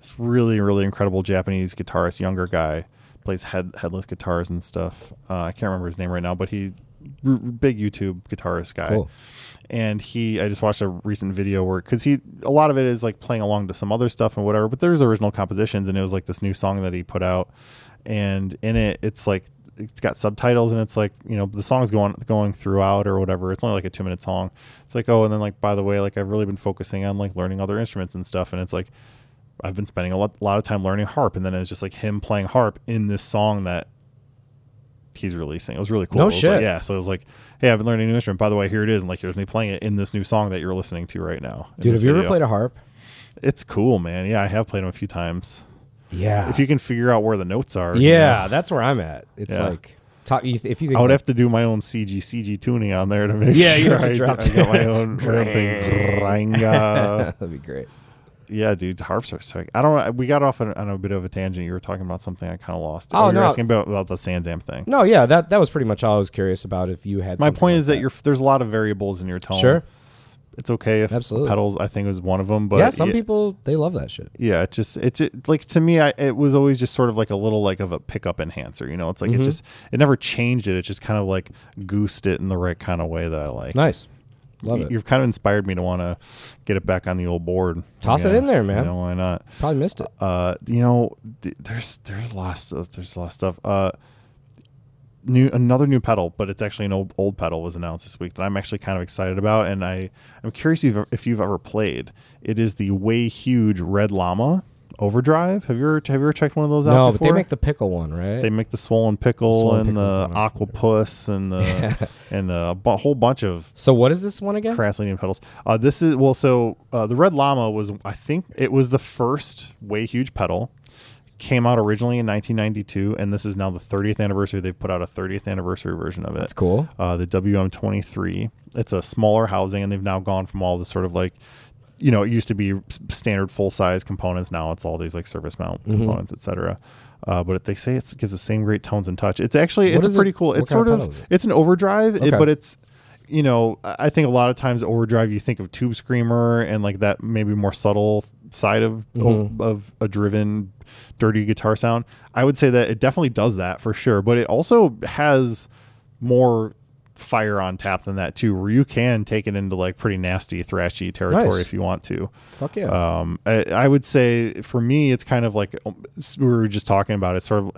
Speaker 2: This really, really incredible Japanese guitarist, younger guy, plays head headless guitars and stuff. Uh, I can't remember his name right now, but he r- r- big YouTube guitarist guy.
Speaker 1: Cool.
Speaker 2: And he, I just watched a recent video where, because he, a lot of it is like playing along to some other stuff and whatever, but there's original compositions, and it was like this new song that he put out, and in it, it's like it's got subtitles and it's like you know the song's going going throughout or whatever it's only like a two minute song it's like oh and then like by the way like i've really been focusing on like learning other instruments and stuff and it's like i've been spending a lot, lot of time learning harp and then it's just like him playing harp in this song that he's releasing it was really cool
Speaker 1: No
Speaker 2: It was like-
Speaker 1: shit.
Speaker 2: yeah so it was like hey i've been learning a new instrument by the way here it is and like here's me playing it in this new song that you're listening to right now in
Speaker 1: Dude,
Speaker 2: this
Speaker 1: have you ever
Speaker 2: video.
Speaker 1: played a harp?
Speaker 2: it's cool man yeah i have played them a few times
Speaker 1: Yeah.
Speaker 2: if you can figure out where the notes are you know.
Speaker 1: yeah, that's where I'm at. It's
Speaker 2: Yeah.
Speaker 1: like. Ta- you th- if you think
Speaker 2: I would
Speaker 1: like-
Speaker 2: have to do my own CG CG tuning on there to make
Speaker 1: Yeah,
Speaker 2: sure
Speaker 1: you'd have to
Speaker 2: I,
Speaker 1: drop
Speaker 2: I got my own, my own thing. Granga.
Speaker 1: that'd be great.
Speaker 2: yeah, dude, harps are sick. I don't. know. We got off on, on a bit of a tangent. You were talking about something I kind of lost.
Speaker 1: Oh,
Speaker 2: you were
Speaker 1: no.
Speaker 2: asking about, about the Sanzam thing.
Speaker 1: No, yeah, that that was pretty much all I was curious about. If you had
Speaker 2: my
Speaker 1: something
Speaker 2: point
Speaker 1: like
Speaker 2: is that, you're there's a lot of variables in your tone.
Speaker 1: sure.
Speaker 2: it's okay if
Speaker 1: Absolutely.
Speaker 2: pedals. I think was one of them, but
Speaker 1: yeah, some
Speaker 2: y-
Speaker 1: people they love that shit.
Speaker 2: yeah it just it's it, like to me I, it was always just sort of like a little like of a pickup enhancer you know it's like
Speaker 1: Mm-hmm.
Speaker 2: it just it never changed it it just kind of like goosed it in the right kind of way that i like
Speaker 1: Nice, love
Speaker 2: Y-
Speaker 1: it.
Speaker 2: You've kind of inspired me to want to get it back on the old board.
Speaker 1: Toss it in there, man.
Speaker 2: You know, why not?
Speaker 1: Probably missed it.
Speaker 2: Uh, you know, th- there's there's a lot of stuff. There's a lot of stuff. Uh, new another new pedal, but it's actually an old old pedal was announced this week that I'm actually kind of excited about, and I I'm curious if you've- if you've ever played. It is the way huge Red Llama Overdrive. Have you ever have you ever checked one of those out?
Speaker 1: No, but
Speaker 2: before?
Speaker 1: they make the pickle one, right?
Speaker 2: They make the swollen pickle
Speaker 1: Swollen
Speaker 2: and the
Speaker 1: Pickle's the one I'm
Speaker 2: aquapus and the and uh, a bu- whole bunch of
Speaker 1: so what is this one again?
Speaker 2: Crassly named pedals. Uh, this is well, so uh, the Red Llama was, I think, it was the first way huge pedal. Came out originally in 1992, and this is now the 30th anniversary. They've put out a 30th anniversary version of it.
Speaker 1: That's cool.
Speaker 2: Uh, the WM23. It's a smaller housing, and they've now gone from all the sort of like, you know, it used to be s- standard full size components. Now it's all these like service mount
Speaker 1: Mm-hmm.
Speaker 2: components, etc. Uh, but they say it gives the same great tones and touch. It's actually
Speaker 1: What
Speaker 2: it's
Speaker 1: is it-
Speaker 2: a pretty cool.
Speaker 1: what
Speaker 2: It's
Speaker 1: kind of
Speaker 2: sort of,
Speaker 1: pedal is it?
Speaker 2: it's an overdrive, it-
Speaker 1: Okay.
Speaker 2: but it's you know I I think a lot of times overdrive you think of Tube Screamer and like that maybe more subtle side of
Speaker 1: Mm-hmm.
Speaker 2: of, of a driven dirty guitar sound. I would say that it definitely does that for sure, but it also has more fire on tap than that too, where you can take it into like pretty nasty thrashy territory
Speaker 1: Nice.
Speaker 2: if you want to.
Speaker 1: Fuck yeah.
Speaker 2: Um, I, I would say for me, it's kind of like um, we were just talking about. It's sort of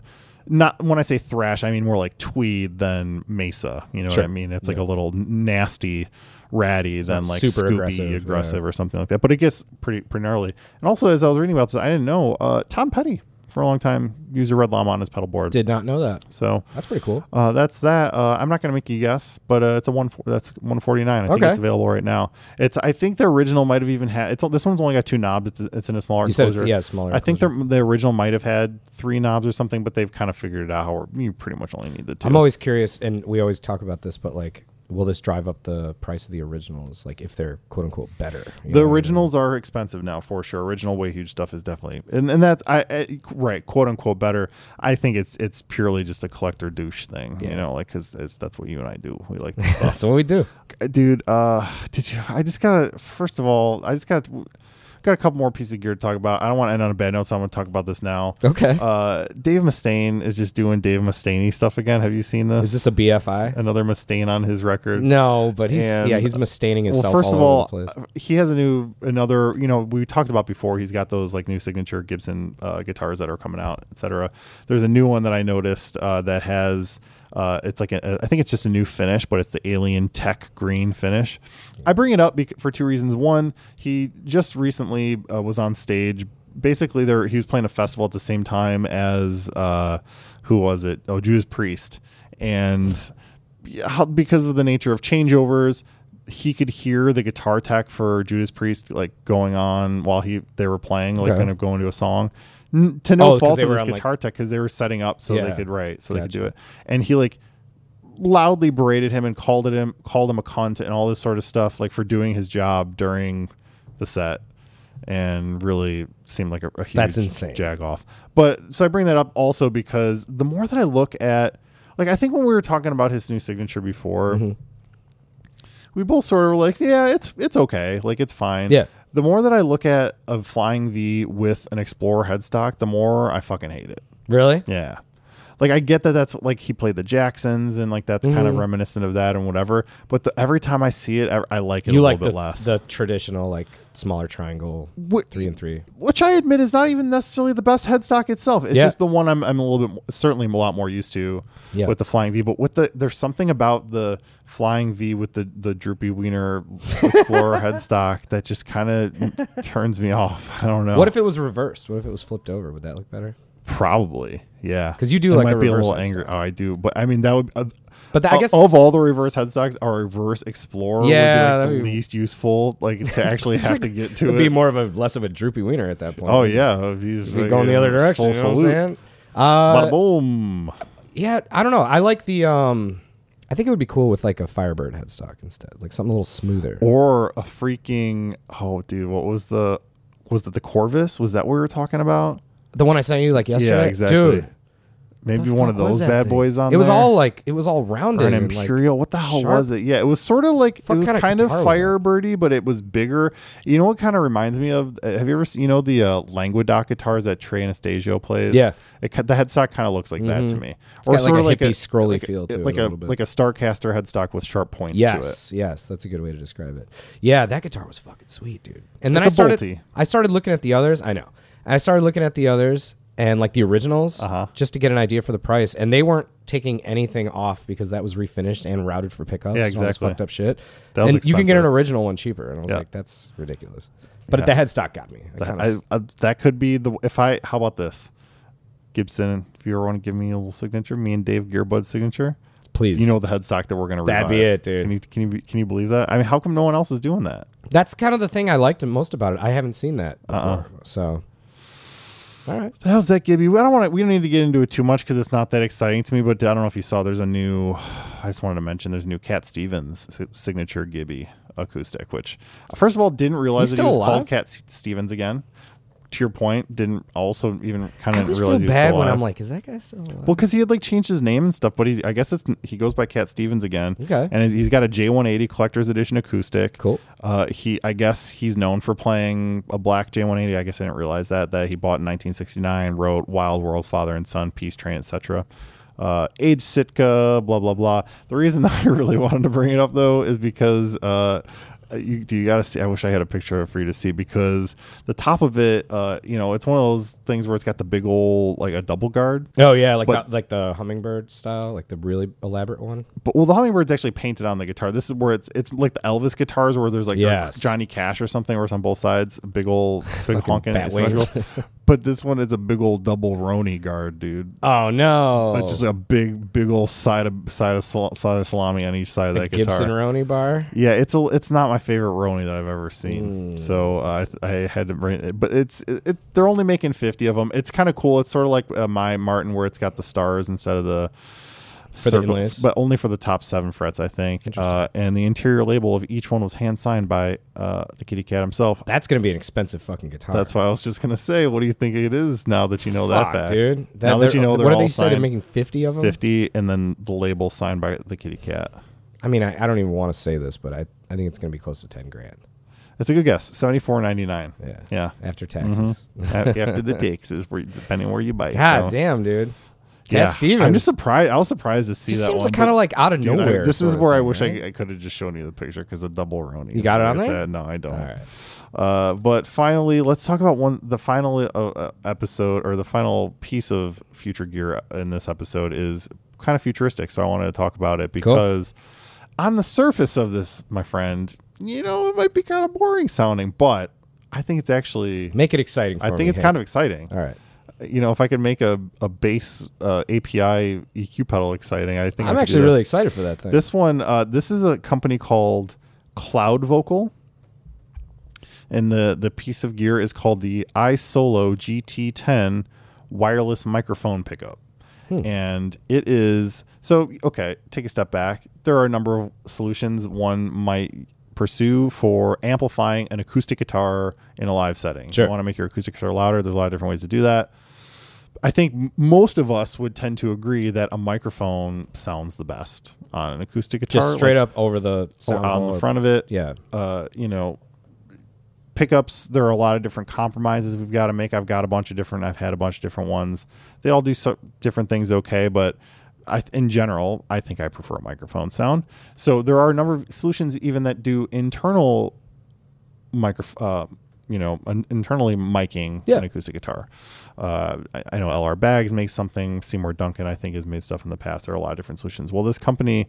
Speaker 2: not when I say thrash, I mean more like tweed than mesa. You know
Speaker 1: Sure.
Speaker 2: what I mean? It's like a little nasty, ratty than
Speaker 1: not
Speaker 2: like
Speaker 1: super
Speaker 2: Scooby
Speaker 1: aggressive,
Speaker 2: aggressive,
Speaker 1: yeah.
Speaker 2: or something like that. But it gets pretty pretty gnarly. And also, as I was reading about this, I didn't know uh, Tom Petty for a long time used a red llama on his pedal board.
Speaker 1: Did not know that.
Speaker 2: so
Speaker 1: That's pretty cool.
Speaker 2: uh, that's that. Uh, I'm not going to make you guess, but uh, it's a one. That's 149. I think
Speaker 1: Okay.
Speaker 2: it's available right now. It's. I think the original might have even had. It's. This one's only got two knobs. It's, it's in a smaller
Speaker 1: You said it's-
Speaker 2: enclosure.
Speaker 1: yeah, smaller
Speaker 2: I think the the original might have had three knobs or something, but they've kind of figured it out. How you pretty much only need the 2
Speaker 1: I'm always curious, and we always talk about this, but like, will this drive up the price of the originals? Like, if they're quote unquote better. you
Speaker 2: the
Speaker 1: know?
Speaker 2: originals are expensive now for sure. Original way huge stuff is definitely and, and that's I, I right quote unquote better. I think it's it's purely just a collector douche thing, you know, like because that's what you and I do. We like this stuff.
Speaker 1: That's what we do.
Speaker 2: dude uh did you i just gotta first of all i just got got a couple more pieces of gear to talk about i don't want to end on a bad note so i'm gonna talk about this now
Speaker 1: Okay.
Speaker 2: uh dave mustaine is just doing dave mustainey stuff again have you seen this
Speaker 1: Is this a BFI?
Speaker 2: another mustaine on his record
Speaker 1: No, but he's
Speaker 2: And-
Speaker 1: yeah, he's mustaining
Speaker 2: well,
Speaker 1: himself
Speaker 2: first
Speaker 1: all
Speaker 2: of all,
Speaker 1: over the place.
Speaker 2: uh, he has a new another. You know, we talked about before. He's got those like new signature Gibson uh, guitars that are coming out, etc. There's a new one that I noticed uh, that has. Uh, it's like a, I think it's just a new finish, but it's the Alien Tech green finish. I bring it up bec- for two reasons. One, he just recently uh, was on stage. Basically, there he was playing a festival at the same time as uh, who was it? Oh, Judas Priest, and how, because of the nature of changeovers, he could hear the guitar tech for Judas Priest like going on while he they were playing, like
Speaker 1: Okay.
Speaker 2: kind of going to a song. N- to no
Speaker 1: Oh, 'cause
Speaker 2: fault
Speaker 1: they
Speaker 2: of
Speaker 1: were
Speaker 2: his
Speaker 1: on, like-
Speaker 2: guitar tech because they were setting up so
Speaker 1: Yeah.
Speaker 2: they could write, so they could do it. And he like loudly berated him and called it him called him a cunt and all this sort of stuff like for doing his job during the set and really seemed like a, a huge
Speaker 1: That's insane.
Speaker 2: jag off but so i bring that up also because the more that i look at like i think when we were talking about his new signature before
Speaker 1: Mm-hmm.
Speaker 2: we both sort of were like yeah it's it's okay like it's fine
Speaker 1: Yeah.
Speaker 2: the more that i look at a flying v with an explorer headstock the more i fucking hate it
Speaker 1: Really?
Speaker 2: yeah. Like I get that that's like he played the Jacksons and like that's kind
Speaker 1: Mm-hmm.
Speaker 2: of reminiscent of that and whatever. But the, every time I see it, I, I like it
Speaker 1: You
Speaker 2: a
Speaker 1: like the,
Speaker 2: little bit less.
Speaker 1: the traditional like smaller triangle three and three.
Speaker 2: which I admit is not even necessarily the best headstock itself. It's
Speaker 1: Yeah.
Speaker 2: just the one I'm, I'm a little bit mo- certainly a lot more used to
Speaker 1: Yeah.
Speaker 2: with the flying V. But with the there's something about the flying V with the the droopy wiener explorer headstock that just kind of turns me off. I don't know.
Speaker 1: What if it was reversed? What if it was flipped over? Would that look better?
Speaker 2: Probably, yeah.
Speaker 1: 'Cause you do
Speaker 2: I
Speaker 1: like
Speaker 2: might
Speaker 1: a
Speaker 2: be a
Speaker 1: reverse
Speaker 2: little
Speaker 1: headstock.
Speaker 2: angry. Oh, I do, but I mean that would. Uh,
Speaker 1: But the- I
Speaker 2: o-
Speaker 1: guess-
Speaker 2: of all the reverse headstocks, our reverse explorer
Speaker 1: Yeah,
Speaker 2: would be
Speaker 1: that'd
Speaker 2: like the
Speaker 1: be-
Speaker 2: least useful, like to actually have to get to
Speaker 1: It'd
Speaker 2: it.
Speaker 1: be more of a less of a droopy wiener at that point.
Speaker 2: oh yeah, if you,
Speaker 1: It'd be going the other direction. You know what I'm saying? Uh,
Speaker 2: Bada boom.
Speaker 1: Yeah, I don't know. I like the um I think it would be cool with like a Firebird headstock instead. Like something a little smoother.
Speaker 2: Or a freaking oh, dude, what was the was that the Corvus? Was that what we were talking about?
Speaker 1: The one I sent you like yesterday.
Speaker 2: Yeah, exactly.
Speaker 1: Dude.
Speaker 2: Maybe one of
Speaker 1: fuck was
Speaker 2: those
Speaker 1: that
Speaker 2: bad
Speaker 1: thing?
Speaker 2: boys on
Speaker 1: It was
Speaker 2: there?
Speaker 1: all like it was all rounded
Speaker 2: or an
Speaker 1: and, like-
Speaker 2: imperial. what the hell
Speaker 1: sharp.
Speaker 2: was it? Yeah, it was sort of like it
Speaker 1: Fuck
Speaker 2: was
Speaker 1: kinda
Speaker 2: kind of
Speaker 1: guitar was that?
Speaker 2: Firebirdy, but it was bigger. You know what kind of reminds me of? uh, Have you ever seen you know the uh, Languedoc guitars that Trey Anastasio plays?
Speaker 1: Yeah. Mm-hmm.
Speaker 2: it, ki- the headstock kind of looks like that to me,
Speaker 1: got like a hippie scrolly feel to it
Speaker 2: like
Speaker 1: a little bit.
Speaker 2: like a Starcaster headstock with sharp points. to it.
Speaker 1: Yes, yes, that's a good way to describe it. Yeah, that guitar was fucking sweet, dude. And then
Speaker 2: It's
Speaker 1: I
Speaker 2: a
Speaker 1: started,
Speaker 2: bolty.
Speaker 1: I started looking at the others. I know, I started looking at the others and like the originals, uh-huh. just to get an idea for the price. And they weren't taking anything off because that was refinished and routed for pickups.
Speaker 2: Yeah,
Speaker 1: and all this
Speaker 2: exactly.
Speaker 1: fucked up shit.
Speaker 2: That was
Speaker 1: and you can get an
Speaker 2: expensive.
Speaker 1: original one cheaper. And I was
Speaker 2: Yeah.
Speaker 1: like, that's ridiculous. But the headstock got me. I kinda
Speaker 2: I,
Speaker 1: s-
Speaker 2: I, that could be the if I how about this Gibson if you ever want to give me a little signature me and Dave Gearbud's signature
Speaker 1: please,
Speaker 2: you know the headstock that we're gonna
Speaker 1: That'd be
Speaker 2: revive.
Speaker 1: it, dude.
Speaker 2: can you can you be- can you believe that I mean how come no one else is doing that
Speaker 1: that's kind of the thing I liked most about it. I haven't seen that before,
Speaker 2: Uh-uh.
Speaker 1: so. All right.
Speaker 2: the hell's that Gibby? I don't want to. We don't need to get into it too much because it's not that exciting to me. But I don't know if you saw. There's a new. I just wanted to mention there's a new Cat Stevens si- signature Gibby acoustic. Which first of all, didn't realize
Speaker 1: He's
Speaker 2: that he was
Speaker 1: still alive?
Speaker 2: called Cat S- Stevens again. To your point, didn't also even kind
Speaker 1: I
Speaker 2: of
Speaker 1: always
Speaker 2: realize
Speaker 1: feel
Speaker 2: he was
Speaker 1: bad
Speaker 2: still
Speaker 1: when
Speaker 2: alive.
Speaker 1: I'm like, is that guy still alive?
Speaker 2: Well, because he had like changed his name and stuff, but he, I guess it's he goes by Cat Stevens again.
Speaker 1: Okay.
Speaker 2: And he's- he's got a J180 Collector's Edition acoustic.
Speaker 1: Cool.
Speaker 2: Uh, he, I guess he's known for playing a black J180. I guess I didn't realize that that he bought in 1969, wrote Wild World, Father and Son, Peace Train, etc. uh, Age Sitka, blah blah blah. The reason that I really wanted to bring it up though is because uh, you, you got to see. I wish I had a picture for you to see because the top of it, uh, you know, it's one of those things where it's got the big old like a double guard.
Speaker 1: Oh yeah, like
Speaker 2: But-
Speaker 1: the, like the hummingbird style, like the really elaborate one.
Speaker 2: But well, the hummingbird's actually painted on the guitar. This is where it's it's like the Elvis guitars where there's like a
Speaker 1: Yes.
Speaker 2: Johnny Cash or something, where it's on both sides, a big old big honking.
Speaker 1: bat
Speaker 2: asymmetrical. but this one is a big old double Roni guard, dude.
Speaker 1: Oh no,
Speaker 2: It's just a big big old side of side of sal- side of salami on each side of that guitar.
Speaker 1: Gibson Roni bar.
Speaker 2: Yeah, it's a it's not my favorite Roni that I've ever seen.
Speaker 1: Hmm.
Speaker 2: So uh, I th- I had to bring it, but it's it, it, they're only making fifty of them. It's kind of cool. It's sort of like uh, my Martin, where it's got the stars instead of the
Speaker 1: the
Speaker 2: circle,
Speaker 1: inlays.
Speaker 2: but only for the top seven frets, I think. Uh, and the interior label of each one was hand signed by uh, the kitty cat himself.
Speaker 1: That's gonna be an expensive fucking guitar.
Speaker 2: That's why I was just gonna say, what do you think it is now that you know
Speaker 1: Fuck,
Speaker 2: that fact,
Speaker 1: dude.
Speaker 2: now that
Speaker 1: they're-
Speaker 2: you know they're
Speaker 1: what did
Speaker 2: all
Speaker 1: they say? They're
Speaker 2: signed
Speaker 1: making fifty of them.
Speaker 2: fifty, and then the label signed by the kitty cat.
Speaker 1: I mean, I, I don't even want to say this, but I, I think it's gonna be close to ten grand.
Speaker 2: That's a good guess. Seventy four ninety nine.
Speaker 1: Yeah.
Speaker 2: Yeah. Mm-hmm.
Speaker 1: After taxes.
Speaker 2: A- after the taxes, where, depending where you bite.
Speaker 1: God
Speaker 2: so,
Speaker 1: damn, dude. Cat
Speaker 2: yeah.
Speaker 1: Stevens.
Speaker 2: I'm just surprised. I was surprised to see
Speaker 1: Just
Speaker 2: that
Speaker 1: seems
Speaker 2: one.
Speaker 1: like kind of
Speaker 2: but,
Speaker 1: like out of
Speaker 2: dude, I-
Speaker 1: nowhere.
Speaker 2: this
Speaker 1: sort
Speaker 2: is
Speaker 1: of
Speaker 2: where I
Speaker 1: thing,
Speaker 2: wish
Speaker 1: right?
Speaker 2: I, I could have just shown you the picture because a double Roni.
Speaker 1: You
Speaker 2: is
Speaker 1: got it
Speaker 2: where
Speaker 1: on
Speaker 2: it's
Speaker 1: there?
Speaker 2: at. No, I don't.
Speaker 1: All right.
Speaker 2: Uh, but finally, let's talk about one. The final uh, uh, episode or the final piece of future gear in this episode is kind of futuristic. So I wanted to talk about it because on the surface of this, my friend, you know, it might be kind of boring sounding, but I think it's actually.
Speaker 1: Make it exciting. For
Speaker 2: I think it's kind of exciting
Speaker 1: All right.
Speaker 2: you know, if I could make a, a base uh, API EQ E pedal exciting, I think I
Speaker 1: I'm
Speaker 2: could
Speaker 1: actually
Speaker 2: do this.
Speaker 1: really excited for that thing.
Speaker 2: This one, uh, this is a company called Cloud Vocal, and the the piece of gear is called the iSolo GT10 wireless microphone pickup,
Speaker 1: Hmm.
Speaker 2: and it is so okay. Take a step back. There are a number of solutions one might pursue for amplifying an acoustic guitar in a live setting.
Speaker 1: Sure.
Speaker 2: You want to make your acoustic guitar louder. There's a lot of different ways to do that. I think m- most of us would tend to agree that a microphone sounds the best on an acoustic guitar,
Speaker 1: just straight up over the sound
Speaker 2: Oh, on
Speaker 1: wall
Speaker 2: the
Speaker 1: or-
Speaker 2: front of it.
Speaker 1: Yeah.
Speaker 2: Uh, you know, pickups. There are a lot of different compromises we've got to make. I've got a bunch of different. I've had a bunch of different ones. They all do so different things. Okay, but. I, in general, I think I prefer microphone sound. So there are a number of solutions even that do internal micro, uh, you know, an, internally miking
Speaker 1: Yeah.
Speaker 2: an acoustic guitar. Uh, I, I know LR Bags makes something. Seymour Duncan, I think, has made stuff in the past. There are a lot of different solutions. Well, this company,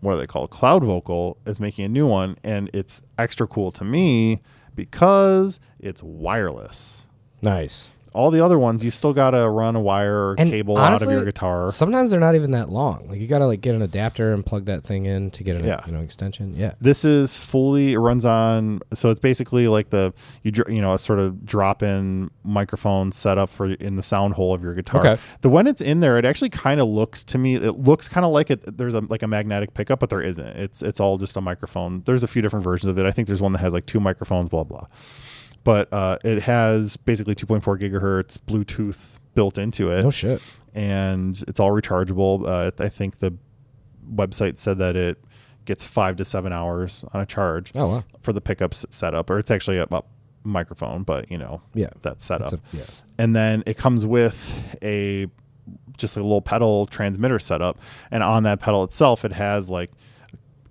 Speaker 2: what do they call it? Cloud Vocal, is making a new one, and it's extra cool to me because it's wireless.
Speaker 1: Nice.
Speaker 2: All the other ones, you still gotta run a wire or
Speaker 1: And
Speaker 2: cable out
Speaker 1: honestly,
Speaker 2: of your guitar.
Speaker 1: Sometimes they're not even that long. Like you gotta like get an adapter and plug that thing in to get an
Speaker 2: Yeah.
Speaker 1: you know extension. Yeah.
Speaker 2: This is fully it runs on, so it's basically like the you dr- you know a sort of drop in microphone setup for in the sound hole of your guitar.
Speaker 1: Okay.
Speaker 2: The when it's in there, it actually kind of looks to me, it looks kind of like it. There's a like a magnetic pickup, but there isn't. It's it's all just a microphone. There's a few different versions of it. I think there's one that has like two microphones, blah blah. But uh, it has basically 2.4 gigahertz Bluetooth built into it
Speaker 1: No shit.
Speaker 2: and it's all rechargeable. Uh, I think the website said that it gets five to seven hours on a charge
Speaker 1: Oh wow.
Speaker 2: for the pickups setup, or it's actually a, a microphone, but you know,
Speaker 1: Yeah.
Speaker 2: that
Speaker 1: It's
Speaker 2: setup.
Speaker 1: a, yeah.
Speaker 2: and then it comes with a just a little pedal transmitter setup, and on that pedal itself, it has like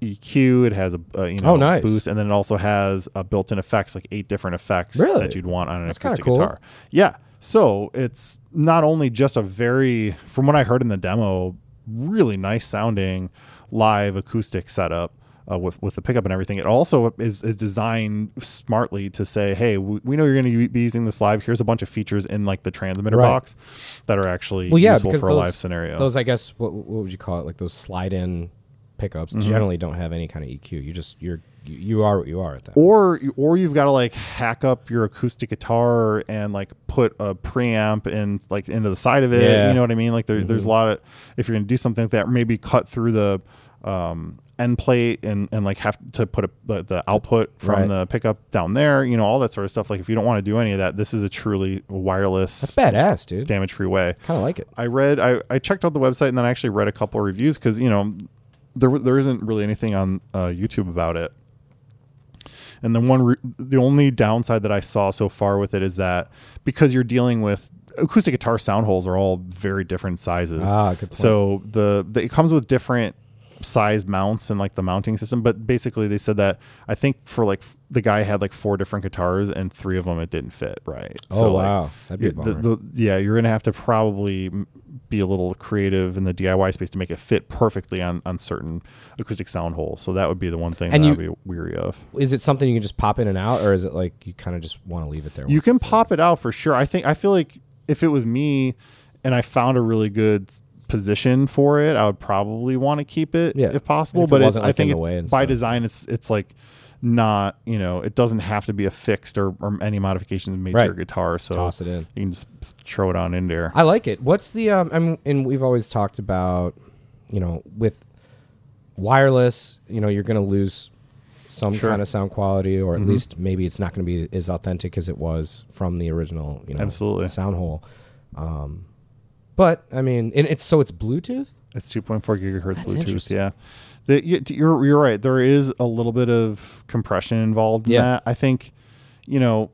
Speaker 2: EQ, it has a uh, you know
Speaker 1: Oh, nice.
Speaker 2: boost, and then it also has uh, built-in effects, like eight different effects
Speaker 1: Really?
Speaker 2: that you'd want on an
Speaker 1: That's kinda
Speaker 2: acoustic
Speaker 1: cool.
Speaker 2: guitar. Yeah. So it's not only just a very, from what I heard in the demo, really nice sounding live acoustic setup. Uh, with, with the pickup and everything, it also is, is designed smartly to say, hey, we, we know you're going to be using this live. Here's a bunch of features in like the transmitter
Speaker 1: Right.
Speaker 2: box that are actually
Speaker 1: Well, yeah,
Speaker 2: useful
Speaker 1: because
Speaker 2: for
Speaker 1: those,
Speaker 2: a live scenario.
Speaker 1: Those, I guess, what, what would you call it? Like those slide-in pickups
Speaker 2: Mm-hmm.
Speaker 1: generally don't have any kind of EQ. You just you're you, you are what you are at that.
Speaker 2: or or you've got to like hack up your acoustic guitar and like put a preamp and like into the side of it
Speaker 1: Yeah. Mm-hmm.
Speaker 2: you know what i mean like there, there's a lot of if you're gonna do something like that maybe cut through the um end plate and and like have to put a, the, the output from
Speaker 1: Right.
Speaker 2: the pickup down there you know all that sort of stuff like if you don't want to do any of that this is a truly wireless
Speaker 1: Badass, dude.
Speaker 2: damage free way
Speaker 1: Kind of like it.
Speaker 2: I read, I, I checked out the website and then I actually read a couple of reviews because, you know, there, there isn't really anything on uh, YouTube about it. And the one, re- the only downside that I saw so far with it is that because you're dealing with acoustic guitar sound holes are all very different sizes.
Speaker 1: Ah, good point.
Speaker 2: So the, the it comes with different size mounts and like the mounting system. But basically, they said that I think for like f- the guy had like four different guitars and three of them it didn't fit right.
Speaker 1: Oh, wow. That'd be a
Speaker 2: you- the-
Speaker 1: bummer.
Speaker 2: the- yeah, you're gonna have to probably m- be a little creative in the DIY space to make it fit perfectly on on certain acoustic sound holes. So that would be the one thing
Speaker 1: And
Speaker 2: that
Speaker 1: you-
Speaker 2: I'd be weary of.
Speaker 1: Is it something you can just pop in and out, or is it like you kind of just want to leave it there?
Speaker 2: You can pop it out for sure. I think I feel like if it was me and I found a really good position for it, I would probably want to keep it
Speaker 1: Yeah.
Speaker 2: if possible.
Speaker 1: And if it
Speaker 2: but it's,
Speaker 1: wasn't,
Speaker 2: I
Speaker 1: like, in
Speaker 2: think
Speaker 1: the
Speaker 2: it's,
Speaker 1: way and
Speaker 2: by
Speaker 1: stuff.
Speaker 2: design, it's it's like not you know it doesn't have to be a fixed or, or any modifications made to
Speaker 1: Right.
Speaker 2: your guitar. So
Speaker 1: Toss it in.
Speaker 2: You can just throw it on in there.
Speaker 1: I like it. What's the um? I'm, and we've always talked about, you know, with wireless, you know, you're going to lose some
Speaker 2: Sure. Mm-hmm.
Speaker 1: kind of sound quality, or at least maybe it's not going to be as authentic as it was from the original, you know,
Speaker 2: Absolutely.
Speaker 1: sound hole. Um, but I mean, and it's so it's Bluetooth.
Speaker 2: It's 2.4 gigahertz Bluetooth.
Speaker 1: interesting.
Speaker 2: Yeah, the, you, you're you're right. There is a little bit of compression involved. In
Speaker 1: Yeah.
Speaker 2: that. I think, you know,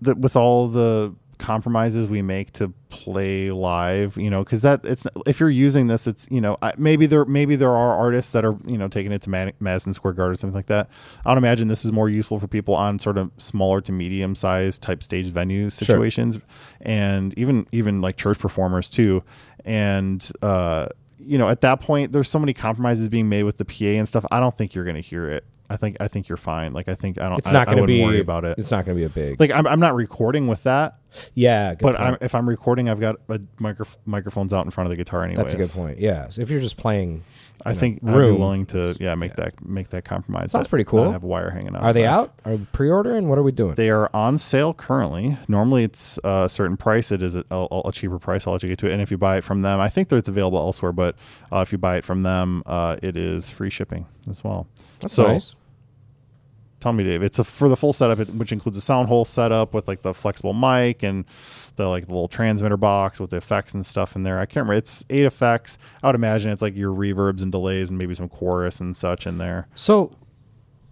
Speaker 2: that with all the compromises we make to play live, you know, because that it's if you're using this, it's you know I, maybe there maybe there are artists that are you know taking it to Mad- Madison Square Garden or something like that. I would imagine this is more useful for people on sort of smaller to medium sized type stage venue situations, and even even like church performers too, and. uh you know, at that point, there's so many compromises being made with the PA and stuff. I don't think you're going to hear it. I think I think you're fine. Like I think I don't.
Speaker 1: It's not
Speaker 2: I, I
Speaker 1: going to
Speaker 2: wouldn't
Speaker 1: be
Speaker 2: worry about it
Speaker 1: It's not going to be a big.
Speaker 2: like I'm, I'm not recording with that
Speaker 1: yeah, good
Speaker 2: but
Speaker 1: point.
Speaker 2: I'm, if i'm recording i've got a micro, microphones out in front of the guitar anyway
Speaker 1: that's a good point. Yeah, so if you're just playing,
Speaker 2: i think i'd be
Speaker 1: room,
Speaker 2: willing to yeah make that make that compromise
Speaker 1: Sounds
Speaker 2: that-
Speaker 1: pretty
Speaker 2: not
Speaker 1: cool.
Speaker 2: have a wire hanging out
Speaker 1: are they
Speaker 2: but-
Speaker 1: out? Are we pre-ordering? What are we doing?
Speaker 2: they are on sale currently normally it's a certain price it is a, a, a cheaper price i'll let you get to it and if you buy it from them i think that it's available elsewhere but uh, if you buy it from them uh, it is free shipping as well
Speaker 1: that's
Speaker 2: so
Speaker 1: nice.
Speaker 2: tell me dave it's a, for the full setup it, which includes a sound hole setup with like the flexible mic and the like the little transmitter box with the effects and stuff in there i can't remember it's eight effects i would imagine it's like your reverbs and delays and maybe some chorus and such in there
Speaker 1: So,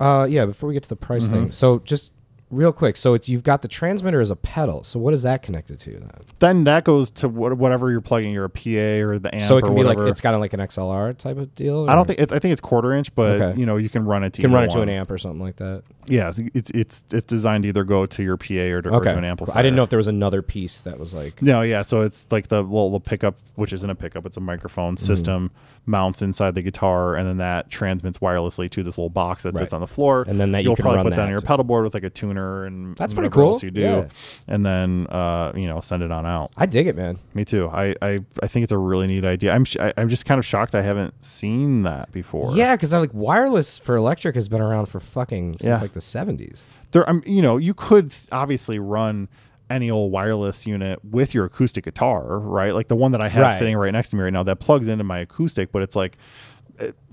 Speaker 1: uh, yeah, before we get to the price
Speaker 2: Mm-hmm.
Speaker 1: thing, so just real quick, so it's you've got the transmitter as a pedal. So what is that connected to then?
Speaker 2: then that goes to what, whatever you're plugging your pa or the amp
Speaker 1: so it can
Speaker 2: or
Speaker 1: be like
Speaker 2: whatever.
Speaker 1: it's kind of like an XLR type of deal.
Speaker 2: i
Speaker 1: or
Speaker 2: don't think it, i think it's quarter inch but
Speaker 1: Okay.
Speaker 2: you know you can run it to
Speaker 1: you can
Speaker 2: either
Speaker 1: run it to
Speaker 2: one.
Speaker 1: an amp or something like that.
Speaker 2: yeah it's it's it's, it's designed to either go to your pa or to, or
Speaker 1: Okay,
Speaker 2: to an
Speaker 1: cool.
Speaker 2: amplifier
Speaker 1: I didn't know if there was another piece that was like
Speaker 2: No, yeah. So it's like the little, little pickup, which isn't a pickup, it's a microphone
Speaker 1: Mm-hmm.
Speaker 2: system mounts inside the guitar, and then that transmits wirelessly to this little box that sits
Speaker 1: Right.
Speaker 2: on the floor.
Speaker 1: And then that you
Speaker 2: you'll
Speaker 1: can
Speaker 2: probably
Speaker 1: run
Speaker 2: put that on
Speaker 1: that
Speaker 2: your
Speaker 1: to-
Speaker 2: pedal board with like a tuner and
Speaker 1: That's
Speaker 2: and
Speaker 1: pretty
Speaker 2: whatever else
Speaker 1: cool.
Speaker 2: You do,
Speaker 1: Yeah.
Speaker 2: and then uh, you know send it on out.
Speaker 1: I dig it, man.
Speaker 2: Me too. I, I, I think it's a really neat idea. I'm sh- I, I'm just kind of shocked I haven't seen that before.
Speaker 1: Yeah, because I like wireless for electric has been around for fucking since
Speaker 2: Yeah.
Speaker 1: like the seventies.
Speaker 2: there I'm you know you could obviously run any old wireless unit with your acoustic guitar right like the one that I have
Speaker 1: Right.
Speaker 2: sitting right next to me right now that plugs into my acoustic but it's like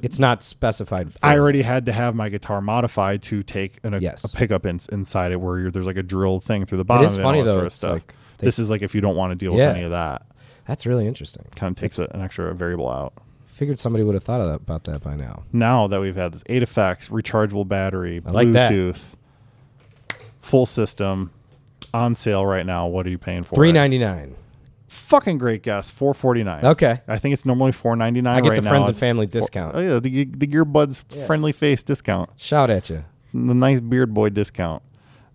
Speaker 1: It's not specified. For,
Speaker 2: I already had to have my guitar modified to take an, a,
Speaker 1: Yes.
Speaker 2: a pickup in, inside it where you're, there's like a drilled thing through the bottom
Speaker 1: is
Speaker 2: and
Speaker 1: funny,
Speaker 2: all that
Speaker 1: though.
Speaker 2: sort of
Speaker 1: It's
Speaker 2: stuff
Speaker 1: like they-
Speaker 2: this is like if you don't want to deal
Speaker 1: Yeah.
Speaker 2: with any of that
Speaker 1: that's really interesting.
Speaker 2: kind of takes a, an extra variable out
Speaker 1: Figured somebody would have thought of that, about that by now.
Speaker 2: now that we've had this eight effects, rechargeable battery,
Speaker 1: like that.
Speaker 2: Bluetooth, full system, on sale right now. What are you paying for?
Speaker 1: Three
Speaker 2: it?
Speaker 1: ninety nine.
Speaker 2: Fucking great guess. Four forty nine.
Speaker 1: Okay.
Speaker 2: I think it's normally four ninety nine.
Speaker 1: I get
Speaker 2: right
Speaker 1: the
Speaker 2: now.
Speaker 1: friends and
Speaker 2: It's
Speaker 1: family
Speaker 2: four-
Speaker 1: discount.
Speaker 2: Oh yeah, the the earbuds friendly face discount,
Speaker 1: Shout at you.
Speaker 2: the nice beard boy discount,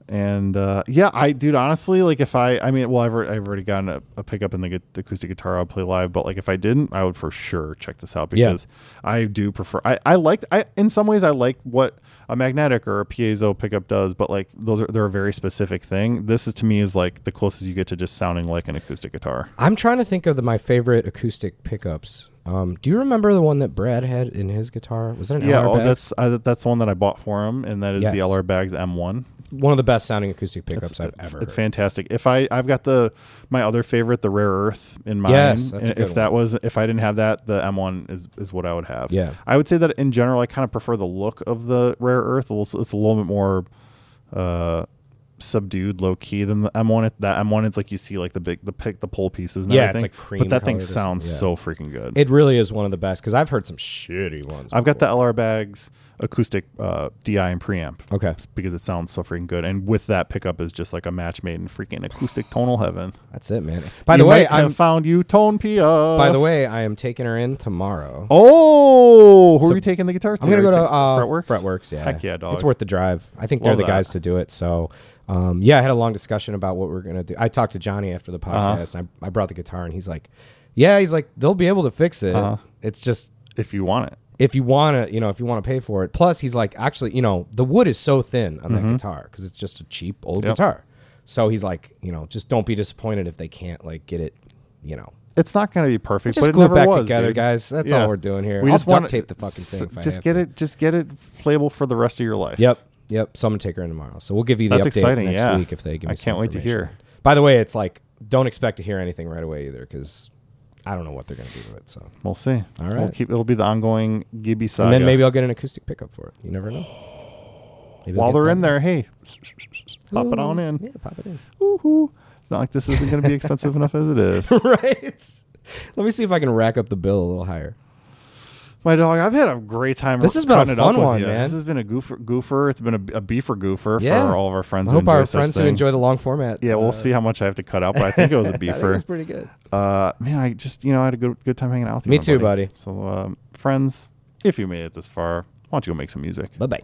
Speaker 2: and uh, yeah, I dude, honestly, like if I, I mean, well, I've, alre- I've already gotten a, a pickup in the, gu- the acoustic guitar I'll play live, but like if I didn't, I would for sure check this out
Speaker 1: Yeah.
Speaker 2: because I do prefer. I I like I in some ways I like what a magnetic or a piezo pickup does, but like those are they're a very specific thing. This is to me is like the closest you get to just sounding like an acoustic guitar.
Speaker 1: I'm trying to think of the, my favorite acoustic pickups. Um, do you remember the one that Brad had in his guitar? Was that an
Speaker 2: Yeah,
Speaker 1: LR
Speaker 2: oh,
Speaker 1: bag?
Speaker 2: that's I, that's the one that I bought for him, and that is the
Speaker 1: Yes.
Speaker 2: LR Bags M1.
Speaker 1: one of the best sounding acoustic pickups
Speaker 2: It's, uh,
Speaker 1: I've ever.
Speaker 2: it's
Speaker 1: heard.
Speaker 2: fantastic. If I I've got the my other favorite, the Rare Earth in mine.
Speaker 1: Yes, that's a
Speaker 2: and
Speaker 1: good
Speaker 2: if that was if I didn't have that, the M1 is is what I would have.
Speaker 1: Yeah.
Speaker 2: I would say that in general, I kind of prefer the look of the Rare Earth. It's, it's a little bit more. Uh, subdued, low key than the M1. It- That M1 it's like you see like the big the pick the pole pieces. And
Speaker 1: Yeah, it's
Speaker 2: everything.
Speaker 1: like cream
Speaker 2: But that thing
Speaker 1: colored or
Speaker 2: sounds so
Speaker 1: something,
Speaker 2: freaking good.
Speaker 1: It really is one of the best because I've heard some shitty ones.
Speaker 2: I've got the LR bags, acoustic uh, DI and preamp.
Speaker 1: Okay.
Speaker 2: because it sounds so freaking good, and with that pickup is just like a match made in freaking acoustic tonal heaven.
Speaker 1: That's it, man. By the
Speaker 2: You
Speaker 1: way,
Speaker 2: might have
Speaker 1: I'm
Speaker 2: found you tone Pia.
Speaker 1: by the way, I am taking her in tomorrow.
Speaker 2: oh, who are you taking the guitar to?
Speaker 1: I'm gonna go
Speaker 2: Are
Speaker 1: to
Speaker 2: you taking-
Speaker 1: uh,
Speaker 2: Fretworks.
Speaker 1: Fretworks. yeah.
Speaker 2: Heck yeah, dog.
Speaker 1: It's worth the drive. I think they're
Speaker 2: Love
Speaker 1: the
Speaker 2: that.
Speaker 1: guys to do it. So, um, yeah, I had a long discussion about what we're gonna do. I talked to Johnny after the
Speaker 2: Uh-huh.
Speaker 1: podcast. and I, I brought the guitar, and he's like, "Yeah, he's like, they'll be able to fix it.
Speaker 2: Uh-huh.
Speaker 1: It's just
Speaker 2: if you want it.
Speaker 1: if you want to, you know, if you want to pay for it. Plus, he's like, actually, you know, the wood is so thin on that guitar because it's just a cheap old
Speaker 2: Mm-hmm. Yep.
Speaker 1: guitar. So he's like, you know, just don't be disappointed if they can't like get it, you know,
Speaker 2: It's not gonna be perfect.
Speaker 1: just
Speaker 2: but it
Speaker 1: glue it
Speaker 2: never
Speaker 1: back
Speaker 2: was,
Speaker 1: together,
Speaker 2: dude.
Speaker 1: guys. That's
Speaker 2: Yeah.
Speaker 1: all we're doing here.
Speaker 2: We
Speaker 1: I'll
Speaker 2: just want
Speaker 1: duct tape the fucking thing. If I
Speaker 2: just
Speaker 1: have
Speaker 2: get
Speaker 1: to.
Speaker 2: it. Just get it playable for the rest of your life.
Speaker 1: Yep. Yep. So I'm gonna take her in tomorrow. So we'll give you the
Speaker 2: That's
Speaker 1: update
Speaker 2: exciting,
Speaker 1: next
Speaker 2: yeah.
Speaker 1: week if they give me
Speaker 2: I
Speaker 1: some
Speaker 2: can't wait to
Speaker 1: information.
Speaker 2: hear.
Speaker 1: By the way, it's like don't expect to hear anything right away either because I don't know what they're gonna do to it. So
Speaker 2: We'll see. All We'll
Speaker 1: right.
Speaker 2: keep. It'll be the ongoing Gibby saga.
Speaker 1: and then maybe I'll get an acoustic pickup for it. You never know. Maybe I'll
Speaker 2: while
Speaker 1: get
Speaker 2: they're
Speaker 1: that.
Speaker 2: in there, hey, pop it on in.
Speaker 1: yeah, pop it in.
Speaker 2: Woohoo. It's not like this isn't going to be expensive enough as it is.
Speaker 1: right. Let me see if I can rack up the bill a little higher.
Speaker 2: My dog, I've had a great time.
Speaker 1: This has been a
Speaker 2: cutting it up
Speaker 1: fun
Speaker 2: with
Speaker 1: one,
Speaker 2: you.
Speaker 1: man.
Speaker 2: This has been a goofer, goofer. It's been a, a beefer goofer
Speaker 1: Yeah.
Speaker 2: for all of our friends.
Speaker 1: I
Speaker 2: who
Speaker 1: hope our
Speaker 2: enjoy such
Speaker 1: friends who
Speaker 2: things.
Speaker 1: enjoy the long format.
Speaker 2: Yeah, we'll
Speaker 1: uh,
Speaker 2: see how much I have to cut out, but I think it was a
Speaker 1: I think
Speaker 2: beefer.
Speaker 1: it's pretty good.
Speaker 2: uh, man, I just you know I had a good good time hanging out with you.
Speaker 1: Me
Speaker 2: my
Speaker 1: too, buddy.
Speaker 2: So, um, friends, if you made it this far, why don't you go make some music?
Speaker 1: Bye bye.